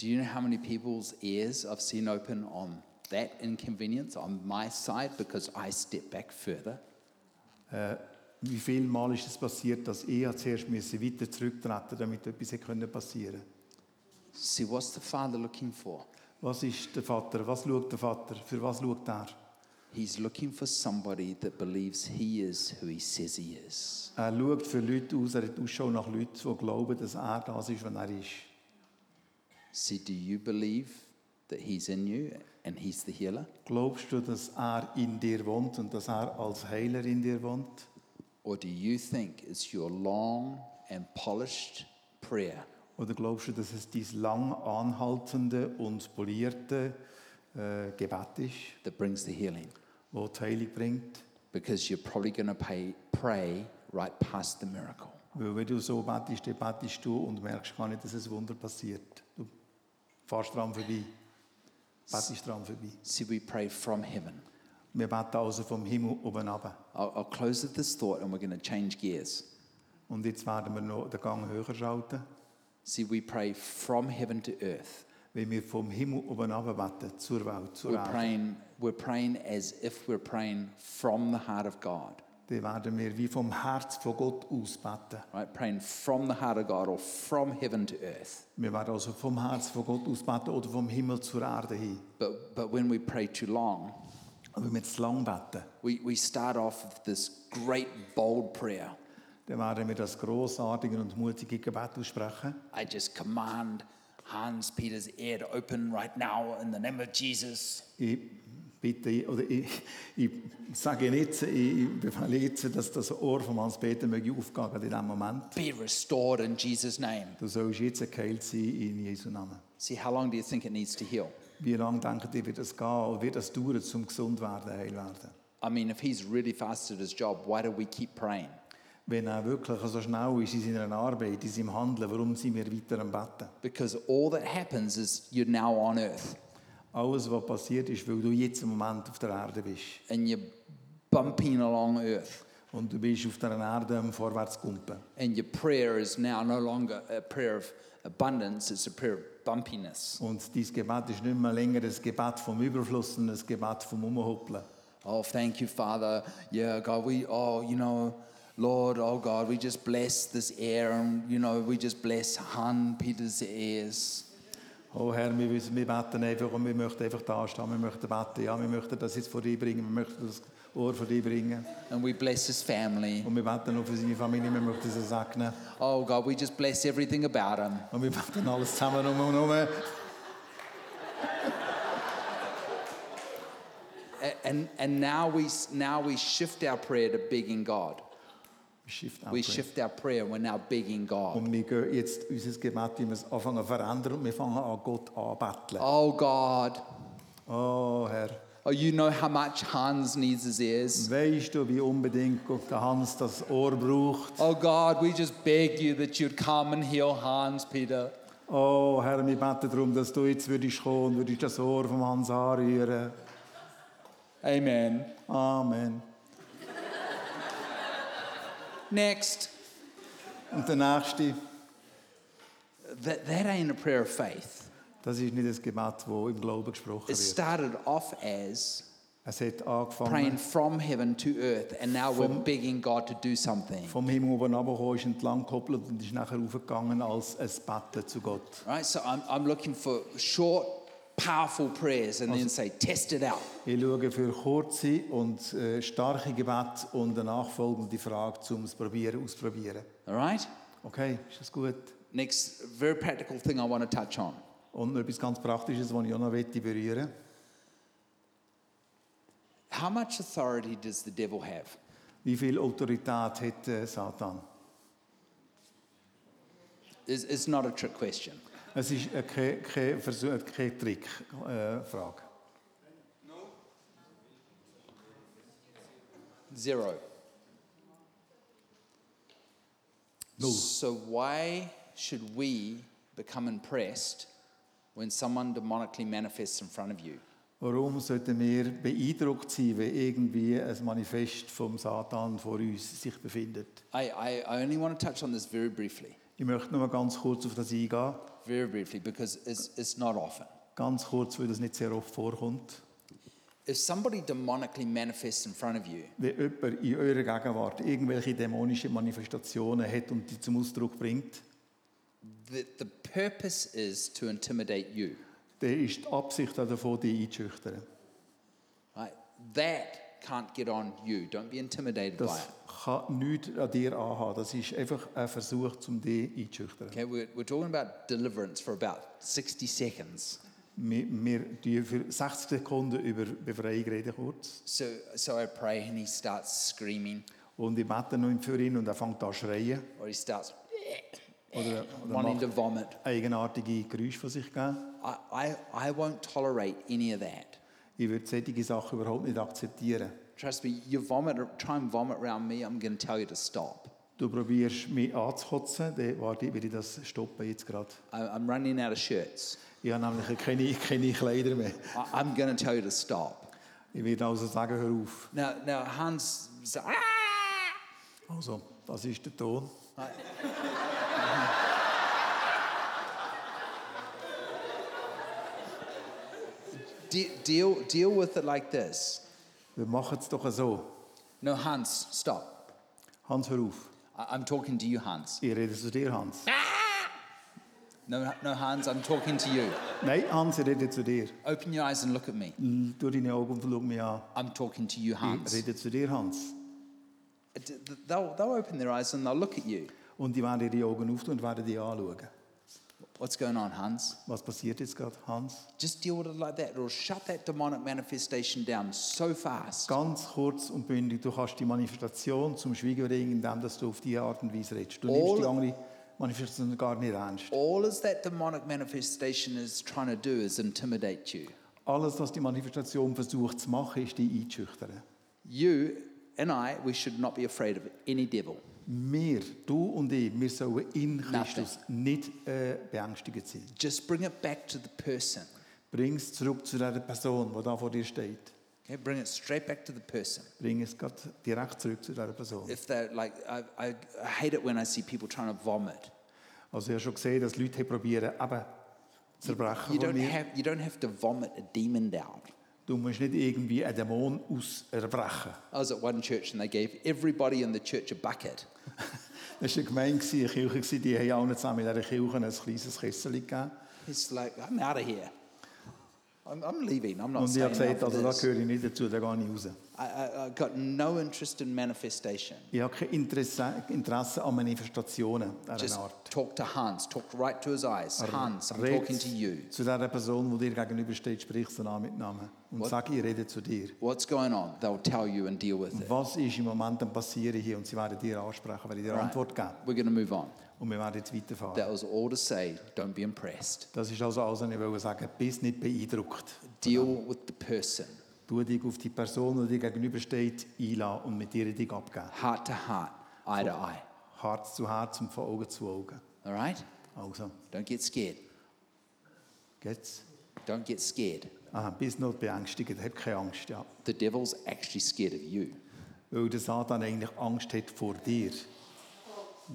[SPEAKER 1] Do you know how many people's ears I've seen open on that inconvenience on my side because I step back further?
[SPEAKER 2] Wie viel Mal ist es passiert, dass ich zuerst müssen weiter zurücktreten damit etwas hätte können passieren
[SPEAKER 1] See, what's the Father looking for?
[SPEAKER 2] Was ist der Vater? Was schaut der Vater? Für was schaut er?
[SPEAKER 1] He's looking for somebody that believes he is who he says he is.
[SPEAKER 2] Er schaut für Leute aus, er hat Ausschau nach Leuten, die glauben, dass er das ist, was er ist.
[SPEAKER 1] See, do you believe that he's in you and he's the healer?
[SPEAKER 2] Glaubst du, dass er in dir wohnt und dass er als Heiler in dir wohnt?
[SPEAKER 1] Or do you think it's your long and polished prayer
[SPEAKER 2] Oder glaubst du, dass es dein lang anhaltende und polierte äh, Gebet ist,
[SPEAKER 1] that brings the healing?
[SPEAKER 2] das die Heilung bringt?
[SPEAKER 1] Because you're probably going to pay, pray right past the miracle.
[SPEAKER 2] Weil wenn du so betest, dann betest du und merkst gar nicht, dass ein Wunder passiert. Du fährst dran vorbei, betest dran vorbei.
[SPEAKER 1] See, we pray from heaven.
[SPEAKER 2] Wir beten also vom Himmel oben runter.
[SPEAKER 1] I'll, I'll close with this thought and we're going to change gears.
[SPEAKER 2] Und jetzt werden wir noch den Gang höher schalten,
[SPEAKER 1] See, we pray from heaven to earth.
[SPEAKER 2] wenn wir vom Himmel oben runter beten, zur Welt, zur
[SPEAKER 1] We're
[SPEAKER 2] Erde.
[SPEAKER 1] praying, we're praying as if we're praying from the heart of God,
[SPEAKER 2] Dann werden wir wie vom Herz von Gott aus beten.
[SPEAKER 1] right? Praying from the heart of God or from heaven to earth.
[SPEAKER 2] Wir werden also vom Herz von Gott aus beten oder vom Himmel zur Erde hin.
[SPEAKER 1] But, but when we pray too long,
[SPEAKER 2] Aber wenn wir zu lang beten,
[SPEAKER 1] we, we start off with this great, bold prayer.
[SPEAKER 2] dann werden wir das großartige und mutige Gebet aussprechen.
[SPEAKER 1] I just command Hans Peter's ear to open right now in the name of Jesus.
[SPEAKER 2] Ich bitte, oder ich, ich sage jetzt, ich befehle jetzt, dass das Ohr von Hans Peter möge aufgehen gerade in diesem Moment.
[SPEAKER 1] Be restored in Jesus' name.
[SPEAKER 2] Du sollst jetzt geheilt sein in Jesu Namen.
[SPEAKER 1] See, how long do you think it needs to heal?
[SPEAKER 2] Wie lange denkt ihr, wird es gehen oder wird es dauern, um gesund werden, heil werden?
[SPEAKER 1] I mean, if he's really fast at his job, why do we keep praying?
[SPEAKER 2] Wenn er wirklich so schnell ist in seiner Arbeit, in seinem Handeln, warum sind wir weiter am Betten?
[SPEAKER 1] Because all that happens is you're now on earth
[SPEAKER 2] Alles, was passiert ist, weil du jetzt im Moment auf der Erde bist.
[SPEAKER 1] and you're bumping along earth.
[SPEAKER 2] Und du bist auf der Erde am Vorwärtskumpen.
[SPEAKER 1] And your prayer is now no longer a prayer of abundance, it's a prayer of bumpiness.
[SPEAKER 2] Und dein Gebet ist nicht mehr länger ein Gebet vom Überfluss, sondern ein Gebet vom Umhuppeln.
[SPEAKER 1] Oh, thank you, Father. Yeah, God, we, oh, you know, Lord, oh God, we just bless this air and, you know, we just bless Han Peter's ears.
[SPEAKER 2] Oh Herr, wir, wissen, wir beten einfach und wir möchten einfach da stehen, wir möchten beten. Ja, wir möchten das jetzt vor dir bringen, wir möchten das Ohr vor dir bringen.
[SPEAKER 1] And we bless his family.
[SPEAKER 2] Und wir beten auch für seine Familie, wir möchten sie segnen.
[SPEAKER 1] Oh, God, we just bless everything about him.
[SPEAKER 2] Und wir beten alles zusammen um und um.
[SPEAKER 1] A- And, and now, we, s- now we shift our prayer to begging God.
[SPEAKER 2] Shift
[SPEAKER 1] We
[SPEAKER 2] up.
[SPEAKER 1] shift our prayer, we're now begging God.
[SPEAKER 2] Und wir gehen jetzt unser Gebet, wie wir es anfangen zu verändern und wir fangen an, Gott anbetteln.
[SPEAKER 1] Oh, God,
[SPEAKER 2] Oh Herr,
[SPEAKER 1] oh, you know how much Hans needs his ears.
[SPEAKER 2] weißt du, wie unbedingt Gott der Hans das Ohr braucht?
[SPEAKER 1] Oh, God, we just beg you that you'd come and heal Hans, Peter.
[SPEAKER 2] Oh Herr, wir beten darum, dass du jetzt würdest kommen und würdest das Ohr vom Hans anrühren.
[SPEAKER 1] Amen.
[SPEAKER 2] Amen.
[SPEAKER 1] Next.
[SPEAKER 2] Und der Nächste.
[SPEAKER 1] That, that ain't a prayer of faith.
[SPEAKER 2] Das ist nicht das Gebet, das im Glauben gesprochen
[SPEAKER 1] It
[SPEAKER 2] wird.
[SPEAKER 1] started off as
[SPEAKER 2] Es hat
[SPEAKER 1] praying
[SPEAKER 2] angefangen,
[SPEAKER 1] from heaven to earth, and now we're begging God to do something.
[SPEAKER 2] vom Himmel oben runtergekommen, ist entlang gekoppelt und ist nachher aufgegangen als ein Betten zu Gott.
[SPEAKER 1] Right? So I'm, I'm looking for short, powerful prayers and then say, test it out.
[SPEAKER 2] Ich schaue für kurze und äh, starke Gebete und eine nachfolgende Frage, um es probieren, ausprobieren.
[SPEAKER 1] All right?
[SPEAKER 2] Okay, ist das gut?
[SPEAKER 1] Next, very practical thing I want to touch on.
[SPEAKER 2] Und noch etwas ganz Praktisches, das ich auch noch möchte berühren möchte.
[SPEAKER 1] How much authority does the devil have?
[SPEAKER 2] Wie viel Autorität hat äh, Satan?
[SPEAKER 1] It's, it's not a trick question.
[SPEAKER 2] Es ist äh, keine ke äh, Versuch- keine Trick-Frage.
[SPEAKER 1] Zero.
[SPEAKER 2] Null.
[SPEAKER 1] So why should we become impressed when someone demonically manifests in front of you?
[SPEAKER 2] Warum sollten wir beeindruckt sein, wenn irgendwie ein Manifest vom Satan vor uns sich befindet?
[SPEAKER 1] I, I, I only want to touch on this very briefly,
[SPEAKER 2] Ich möchte nur mal ganz kurz auf das eingehen.
[SPEAKER 1] very briefly, because it's, it's not often.
[SPEAKER 2] Ganz kurz, weil das nicht sehr oft vorkommt.
[SPEAKER 1] If somebody demonically manifests in front of you,
[SPEAKER 2] Wenn jemand in eurer Gegenwart irgendwelche dämonischen Manifestationen hat und die zum Ausdruck bringt,
[SPEAKER 1] the, the purpose is to intimidate you.
[SPEAKER 2] dann ist die Absicht davon, die einzuschüchtern.
[SPEAKER 1] Right? That can't get on you. Don't be intimidated by
[SPEAKER 2] Das
[SPEAKER 1] it.
[SPEAKER 2] kann nichts an dir anhaben. Das ist einfach ein Versuch, um dich einzuschüchtern.
[SPEAKER 1] Okay, we're, we're talking about deliverance for about 60 seconds.
[SPEAKER 2] Wir, wir tun für 60 Sekunden über Befreiung reden kurz.
[SPEAKER 1] So, so I pray and he starts screaming
[SPEAKER 2] Und ich bete noch für ihn und er fängt an zu schreien.
[SPEAKER 1] or he starts
[SPEAKER 2] Oder, oder
[SPEAKER 1] wanting
[SPEAKER 2] macht
[SPEAKER 1] to vomit.
[SPEAKER 2] eigenartige Geräusche von sich geben.
[SPEAKER 1] I, I, I won't tolerate any of that.
[SPEAKER 2] Ich würde solche Sachen überhaupt nicht akzeptieren.
[SPEAKER 1] Trust me, you vomit, try and vomit around me, I'm going to tell you to stop.
[SPEAKER 2] Du probierst mich anzukotzen, dann warte ich, werde ich das stoppen jetzt gerade.
[SPEAKER 1] I, I'm running out of shirts.
[SPEAKER 2] Ich habe nämlich keine, keine Kleider mehr.
[SPEAKER 1] I, I'm going to tell you to stop.
[SPEAKER 2] Ich werde also sagen, hör auf.
[SPEAKER 1] Now, now Hans, is like, "Ah!"
[SPEAKER 2] Also, das ist der Ton.
[SPEAKER 1] De- deal, deal with it like this.
[SPEAKER 2] Wir machen es doch so.
[SPEAKER 1] No, Hans, stop.
[SPEAKER 2] Hans, hör auf.
[SPEAKER 1] I, I'm talking to you, Hans.
[SPEAKER 2] Ich rede zu dir, Hans.
[SPEAKER 1] No, no, Hans, I'm talking to you.
[SPEAKER 2] Nein, Hans, ich rede zu dir.
[SPEAKER 1] Open your eyes and look at me.
[SPEAKER 2] L- Tu deine Augen und schau mich an.
[SPEAKER 1] I'm talking to you,
[SPEAKER 2] Ich
[SPEAKER 1] Hans.
[SPEAKER 2] rede zu dir, Hans.
[SPEAKER 1] They'll, they'll open their eyes and they'll look at you.
[SPEAKER 2] Und die werden ihre Augen öffnen und werden dich anschauen.
[SPEAKER 1] What's going on, Hans?
[SPEAKER 2] Was passiert jetzt gerade, Hans?
[SPEAKER 1] Just deal with it like that. It'll shut that demonic manifestation down so fast.
[SPEAKER 2] Ganz kurz und bündig, du kannst die Manifestation zum Schweigen bringen, indem dass du auf diese Art und Weise redest. Du nimmst
[SPEAKER 1] All-
[SPEAKER 2] die andere Manifestation gar nicht ernst.
[SPEAKER 1] All is that demonic manifestation is trying to do is intimidate you.
[SPEAKER 2] Alles, was die Manifestation versucht zu machen, ist, dich einzuschüchtern.
[SPEAKER 1] You and I, we should not be afraid of any devil.
[SPEAKER 2] Wir, du und ich, wir sollen in Christus nicht äh, beängstigt sein.
[SPEAKER 1] Just bring it back to the person.
[SPEAKER 2] Bring es zurück zu der Person, die da vor dir steht.
[SPEAKER 1] Okay, bring it straight back to the person.
[SPEAKER 2] Bring es grad direkt zurück zu dieser Person.
[SPEAKER 1] If they're like, I, I, I hate it when I see people trying to vomit.
[SPEAKER 2] Also ich habe schon gesehen, dass Leute probieren, eben zu zerbrechen
[SPEAKER 1] You
[SPEAKER 2] von
[SPEAKER 1] don't
[SPEAKER 2] mir.
[SPEAKER 1] have, you don't have to vomit a demon down.
[SPEAKER 2] Du musst nicht irgendwie einen Dämon auserbrechen.
[SPEAKER 1] I was at one church and they gave everybody in the church a bucket.
[SPEAKER 2] Das war eine Gemeinde, eine Kirche, gewesen, die haben allen zusammen in dieser Kirche ein kleines Kessel gegeben.
[SPEAKER 1] It's like, I'm out of here. I'm, I'm leaving. I'm not
[SPEAKER 2] Und ich
[SPEAKER 1] staying
[SPEAKER 2] habe
[SPEAKER 1] out
[SPEAKER 2] gesagt, also
[SPEAKER 1] for
[SPEAKER 2] da
[SPEAKER 1] this.
[SPEAKER 2] gehöre ich nicht dazu, da gehe ich raus.
[SPEAKER 1] I, I, I got no interest in manifestation.
[SPEAKER 2] Ich habe kein Interesse, Interesse an Manifestationen dieser
[SPEAKER 1] Just
[SPEAKER 2] Art.
[SPEAKER 1] talk to Hans. Talk right to his eyes. Hans, I'm
[SPEAKER 2] Red
[SPEAKER 1] talking to you.
[SPEAKER 2] Zu der Person, die dir gegenübersteht, sprich den Namen mit Namen und sag, ich rede zu dir.
[SPEAKER 1] What's going on? They'll tell you and deal with it.
[SPEAKER 2] Was ist im Moment am passieren hier? Und sie werden dir ansprechen, weil ich dir Antwort geben.
[SPEAKER 1] We're going to move on.
[SPEAKER 2] Und wir werden jetzt weiterfahren.
[SPEAKER 1] That was all to say. Don't be impressed.
[SPEAKER 2] Das ist also alles, was ich wollte sagen. Bist nicht beeindruckt.
[SPEAKER 1] Deal with the person,
[SPEAKER 2] Du dich auf die Person, die dir gegenübersteht, einladen und mit ihr dich abgeben.
[SPEAKER 1] heart to heart, eye to eye.
[SPEAKER 2] Herz zu Herz und von Augen zu Augen.
[SPEAKER 1] All right?
[SPEAKER 2] Also,
[SPEAKER 1] Don't get scared.
[SPEAKER 2] geht's?
[SPEAKER 1] Don't get scared.
[SPEAKER 2] Aha, bist nicht beängstigt, hab keine Angst, ja.
[SPEAKER 1] The devil's actually scared of you.
[SPEAKER 2] Weil der Satan eigentlich Angst hat vor dir.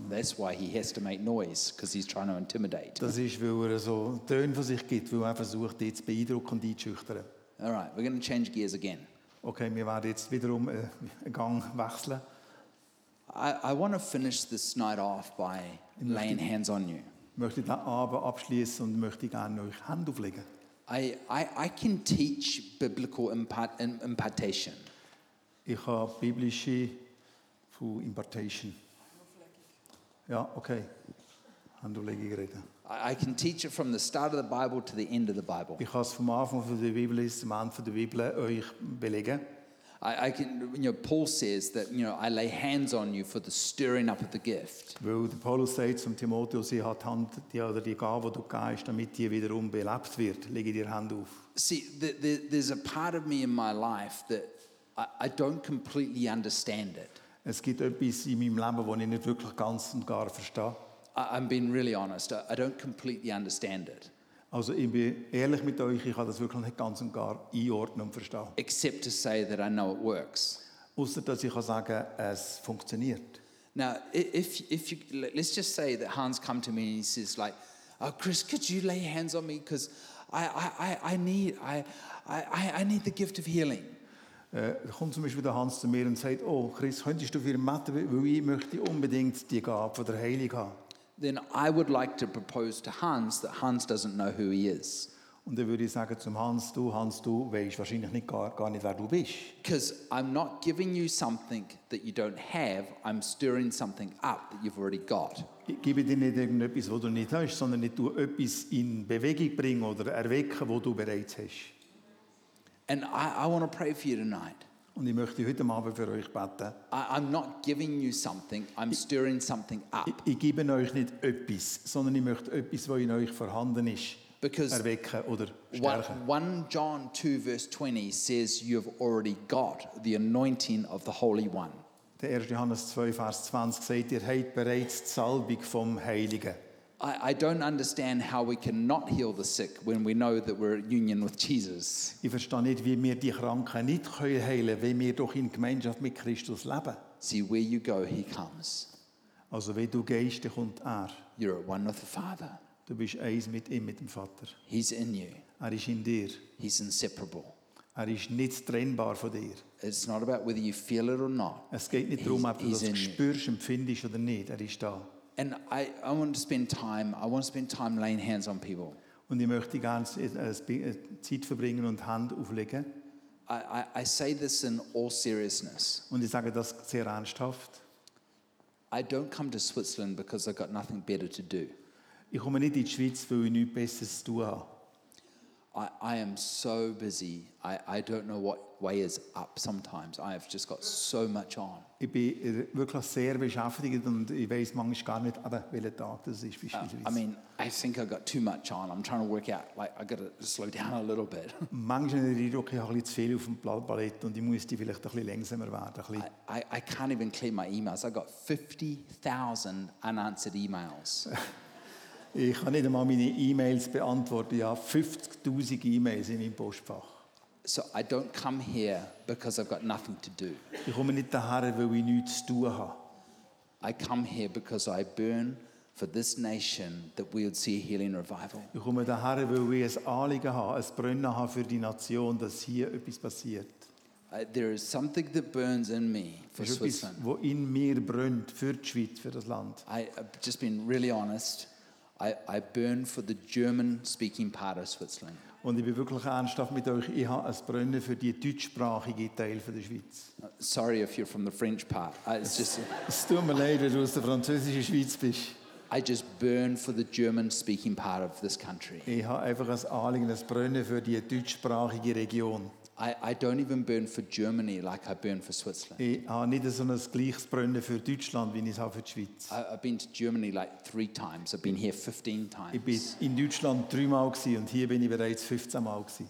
[SPEAKER 1] That's why he has to make noise because he's trying to intimidate.
[SPEAKER 2] Das ist, weil er so Töne von sich gibt, weil er versucht, dich zu beeindrucken und einzuschüchtern.
[SPEAKER 1] All right, we're going to change gears again.
[SPEAKER 2] Okay, wir werden jetzt wiederum äh, einen Gang wechseln.
[SPEAKER 1] I, I want to finish this night off by laying hands on you.
[SPEAKER 2] Ich möchte den Abend abschließen und möchte gerne euch Hände auflegen.
[SPEAKER 1] I, I, I can teach biblical impart, im- impartation.
[SPEAKER 2] Ich habe biblische von Impartation. Ja, okay. Hände auflegen reden.
[SPEAKER 1] I, I can teach it from the start of the Bible to the end of the Bible.
[SPEAKER 2] Ich kann es vom Anfang von der Bibel bis zum Ende von der Bibel euch belegen.
[SPEAKER 1] I, I can, you know, Paul says that, you know, I lay hands on you for the stirring up of the gift.
[SPEAKER 2] Weil der Paulus sagt zum Timotheus, ich habe die Hand die, oder die Gabe, die du gehst, damit die wiederum belebt wird. Lege dir die Hände auf.
[SPEAKER 1] See, th th there's a part of me in my life that I, I don't completely understand it.
[SPEAKER 2] Es gibt etwas in meinem Leben, das ich nicht wirklich ganz und gar verstehe.
[SPEAKER 1] I, I'm being really honest. I, I don't completely understand it,
[SPEAKER 2] Also ich bin ehrlich mit euch, ich kann das wirklich nicht ganz und gar einordnen und verstehen.
[SPEAKER 1] except to say that I know it works.
[SPEAKER 2] Außer dass ich kann sagen es funktioniert.
[SPEAKER 1] Now, i- if, if you, let- let's just say that Hans come to me and he says like, oh, Chris, could you lay hands on me? Because I, I, I, I, need, I, I, I- I need the gift of healing.
[SPEAKER 2] Äh, da kommt zum Beispiel der Hans zu mir und sagt, oh Chris, könntest du für mich beten, weil ich möchte unbedingt die Gabe von der Heilung haben.
[SPEAKER 1] Then I would like to propose to Hans that Hans doesn't know who he is.
[SPEAKER 2] Und dann würde ich sagen zum Hans, du Hans, du weißt wahrscheinlich nicht gar, gar nicht, wer du bist.
[SPEAKER 1] Because I'm not giving you something that you don't have, I'm stirring something up that you've already got.
[SPEAKER 2] Ich gebe dir nicht irgendetwas, was du nicht hast, sondern ich tue etwas in Bewegung bringen oder erwecken, was du bereits hast.
[SPEAKER 1] And I, I want to pray for you tonight.
[SPEAKER 2] Und ich möchte heute Abend für euch beten.
[SPEAKER 1] I, I'm not giving you something, I'm stirring something
[SPEAKER 2] Ich,
[SPEAKER 1] up.
[SPEAKER 2] ich gebe euch nicht etwas, sondern ich möchte etwas, was in euch vorhanden ist,
[SPEAKER 1] Because
[SPEAKER 2] erwecken oder
[SPEAKER 1] One,
[SPEAKER 2] stärken.
[SPEAKER 1] 1 John 2, verse 20 says, You have already got the anointing of the Holy One.
[SPEAKER 2] Der 1. Johannes 2, Vers 20 sagt, ihr habt bereits die Salbung vom Heiligen.
[SPEAKER 1] I, I don't understand how we cannot heal the sick when we know that we're at union with Jesus.
[SPEAKER 2] Ich verstehe nicht, wie wir die Kranken nicht können heilen können, wenn wir doch in Gemeinschaft mit Christus leben.
[SPEAKER 1] See, where you go, He comes.
[SPEAKER 2] Also wenn du gehst, dann kommt er.
[SPEAKER 1] You're at one with the Father.
[SPEAKER 2] Du bist eins mit ihm, mit dem Vater.
[SPEAKER 1] He's in you,
[SPEAKER 2] Er ist in dir.
[SPEAKER 1] He's inseparable.
[SPEAKER 2] Er ist nicht trennbar von dir.
[SPEAKER 1] It's not about whether you feel it or not.
[SPEAKER 2] Es geht nicht darum, ob du
[SPEAKER 1] He's
[SPEAKER 2] das
[SPEAKER 1] in you.
[SPEAKER 2] spürst, empfindest oder nicht. Er ist da.
[SPEAKER 1] And I, I want to spend time, I want to spend time laying hands on people.
[SPEAKER 2] Und ich möchte gerne äh, äh, Zeit verbringen und Hand auflegen.
[SPEAKER 1] I, I, I say this in all seriousness.
[SPEAKER 2] Und ich sage das sehr ernsthaft.
[SPEAKER 1] I don't come to Switzerland because I've got nothing better to do.
[SPEAKER 2] Ich komme nicht in die Schweiz, weil ich nichts Besseres zu tun habe.
[SPEAKER 1] I, I am so busy. I, I don't know what way is up sometimes. I have just got so much on.
[SPEAKER 2] Ich bin äh, wirklich sehr beschäftigt und ich weiß manchmal gar nicht, aber welcher Tag das ist beispielsweise.
[SPEAKER 1] I mean, I think I've got too much on. I'm trying to work out, like, i got to slow down a little bit.
[SPEAKER 2] manchmal habe ich den Eindruck, ich habe ein bisschen zu viel auf dem Blatt und ich müsste vielleicht ein bisschen langsamer werden. Ein bisschen.
[SPEAKER 1] I, I, I can't even clear my emails. I've got 50,000 unanswered emails.
[SPEAKER 2] Ich kann nicht einmal meine E-Mails beantworten. Ich habe 50.000 E-Mails in meinem Postfach.
[SPEAKER 1] So I don't come here because I've got nothing to do.
[SPEAKER 2] Ich komme nicht daher, weil ich nichts zu tun habe.
[SPEAKER 1] I come here because I burn for this nation that we would see a healing revival.
[SPEAKER 2] Ich komme daher, weil ich ein Anliegen habe, ein Brennen habe für die Nation, dass hier etwas passiert.
[SPEAKER 1] Uh, there is something that burns in me for
[SPEAKER 2] Das ist etwas,
[SPEAKER 1] Switzerland.
[SPEAKER 2] was in mir brennt, für die Schweiz, für das Land.
[SPEAKER 1] I, I've just been really honest. I, I burn for the German speaking part of Switzerland.
[SPEAKER 2] Und ich bin wirklich ernsthaft mit euch. Ich habe ein Brennen für die deutschsprachige Teil von der Schweiz.
[SPEAKER 1] Uh, Sorry if you're from the French part. I, it's just,
[SPEAKER 2] Es tut mir leid, wenn du aus der französischen Schweiz bist.
[SPEAKER 1] I just burn for the German speaking part of this country.
[SPEAKER 2] Ich habe einfach ein Anliegen, ein Brennen für die deutschsprachige Region.
[SPEAKER 1] I, I don't even burn for Germany like I burn for Switzerland.
[SPEAKER 2] Ich habe nicht so ein gleiches Brennen für Deutschland, wie ich es habe für die Schweiz.
[SPEAKER 1] I, I've been to Germany like three times. I've been here 15
[SPEAKER 2] Ich bin
[SPEAKER 1] times.
[SPEAKER 2] in Deutschland dreimal gewesen und hier bin ich bereits 15 Mal. Gewesen.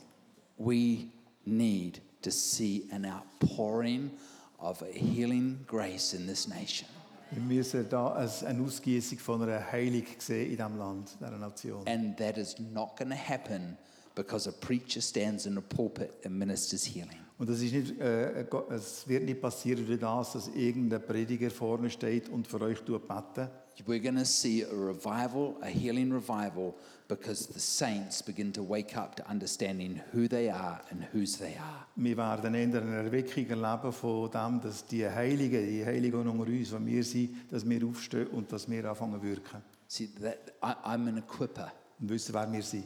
[SPEAKER 1] We need to see an outpouring of a healing grace in this nation.
[SPEAKER 2] Wir müssen da ein- eine Ausgießung von einer Heilung sehen in diesem Land, in dieser Nation.
[SPEAKER 1] And that is not going to happen because a preacher stands in a pulpit and ministers healing.
[SPEAKER 2] Und das ist nicht, äh, Gott- es wird nicht passieren durch das, dass irgendein Prediger vorne steht und für euch tut beten.
[SPEAKER 1] We're going to see a revival, a healing revival, because the saints begin to wake up to understanding who they are and whose they are.
[SPEAKER 2] Wir werden eher eine Erweckung erleben von dem, dass die Heiligen, die Heiligen unter uns, die wir sind, dass wir aufstehen und dass wir anfangen zu wirken.
[SPEAKER 1] See, that I, I'm an equipper.
[SPEAKER 2] Und wissen, wer wir sind.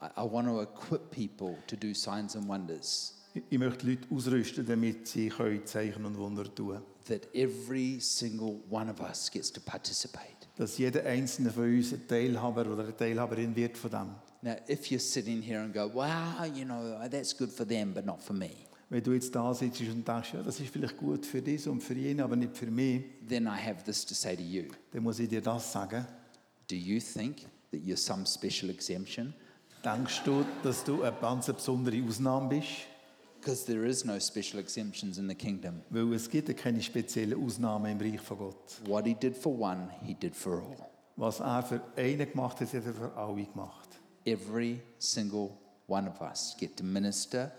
[SPEAKER 1] I, I want to equip people to do signs and wonders,
[SPEAKER 2] Ich- Ich möchte Leute ausrüsten, damit sie können Zeichen und Wunder tun können.
[SPEAKER 1] that every single one of us gets to participate.
[SPEAKER 2] Dass jeder Einzelne von uns ein Teilhaber oder eine Teilhaberin wird von dem.
[SPEAKER 1] Now, if you're sitting here and go, wow, you know, that's good for them, but not for me,
[SPEAKER 2] Wenn du jetzt da sitzt und denkst, ja, das ist vielleicht gut für dies und für jene, aber nicht für mich,
[SPEAKER 1] then I have this to say to you
[SPEAKER 2] dann muss ich dir das sagen.
[SPEAKER 1] Do you think that you're some special exemption?
[SPEAKER 2] Denkst du, dass du eine ganz besondere Ausnahme bist?
[SPEAKER 1] Because there is no special exemptions in the kingdom.
[SPEAKER 2] Weil es gibt ja keine spezielle Ausnahme im Reich von Gott.
[SPEAKER 1] What he did for one, he did for all.
[SPEAKER 2] Was er für einen gemacht hat, hat er für alle gemacht.
[SPEAKER 1] Every single one of us get to minister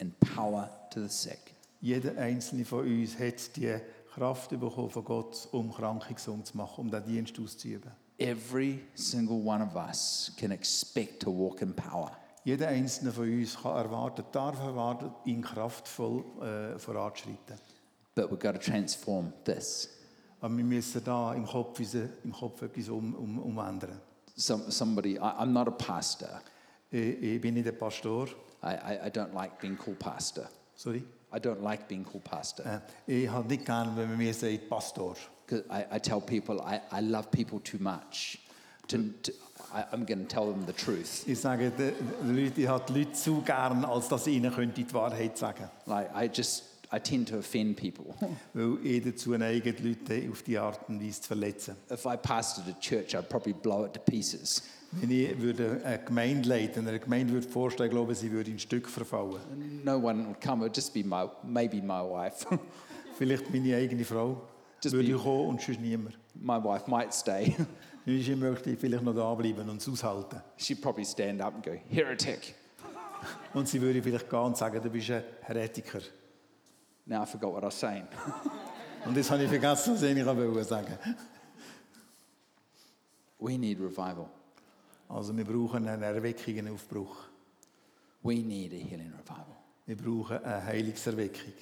[SPEAKER 1] and power to the sick.
[SPEAKER 2] Jeder einzelne von uns hat die Kraft bekommen von Gott, um Kranke gesund zu machen, um den Dienst auszuüben.
[SPEAKER 1] Every single one of us can expect to walk in power.
[SPEAKER 2] Jeder einzelne von uns kann erwarten, darf erwarten, in kraftvoll äh, voranzuschreiten.
[SPEAKER 1] But we've got to transform this.
[SPEAKER 2] Aber wir müssen da im Kopf, unsere- im Kopf etwas um, um, umändern.
[SPEAKER 1] Some, somebody, I, I'm not a pastor.
[SPEAKER 2] Ich, ich bin nicht ein Pastor,
[SPEAKER 1] I, I, I don't like being called pastor.
[SPEAKER 2] sorry.
[SPEAKER 1] I don't like being called pastor.
[SPEAKER 2] Äh, ich habe nicht gern, wenn man mir sagt Pastor.
[SPEAKER 1] 'Cause I, I tell people I, I love people too much. To, to, I, I'm going to tell them the truth.
[SPEAKER 2] Ich sage den den Leuten, ich habe die Leute zu gern, als dass ich ihnen könnte die Wahrheit sagen
[SPEAKER 1] Like I just I tend to offend people.
[SPEAKER 2] könnte. Weil ich dazu neige, die Leute auf die Art und Weise zu verletzen.
[SPEAKER 1] if I pastored a church, I'd probably blow it to pieces.
[SPEAKER 2] Wenn ich würde eine Gemeinde leiten, einer Gemeinde würde vorstellen, glaube ich, sie würde in Stück verfallen.
[SPEAKER 1] No one would come. It'd just be my maybe my wife.
[SPEAKER 2] Vielleicht meine eigene Frau
[SPEAKER 1] Das
[SPEAKER 2] würde
[SPEAKER 1] bin-
[SPEAKER 2] ich kommen und sonst niemand.
[SPEAKER 1] my wife might stay.
[SPEAKER 2] Ich möchte vielleicht noch da bleiben und es aushalten.
[SPEAKER 1] She'd probably stand up and go heretic.
[SPEAKER 2] Und sie würde vielleicht gehen und sagen, du bist ein Heretiker.
[SPEAKER 1] Now I forgot what I was saying.
[SPEAKER 2] Und das habe ich vergessen, was ich eigentlich sagen wollte.
[SPEAKER 1] We need revival.
[SPEAKER 2] Also wir brauchen einen Erweckungen Aufbruch.
[SPEAKER 1] We need a healing revival.
[SPEAKER 2] Wir brauchen eine Heilungserweckung.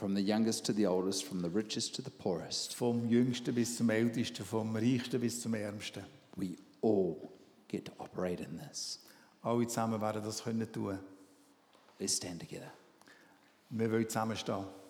[SPEAKER 1] from the youngest to the oldest, from the richest to the poorest.
[SPEAKER 2] Vom Jüngsten bis zum Ältesten, vom Reichsten bis zum Ärmsten.
[SPEAKER 1] We all get to operate in this.
[SPEAKER 2] Alle zusammen werden das können tun.
[SPEAKER 1] Let's stand together.
[SPEAKER 2] Wir wollen zusammenstehen.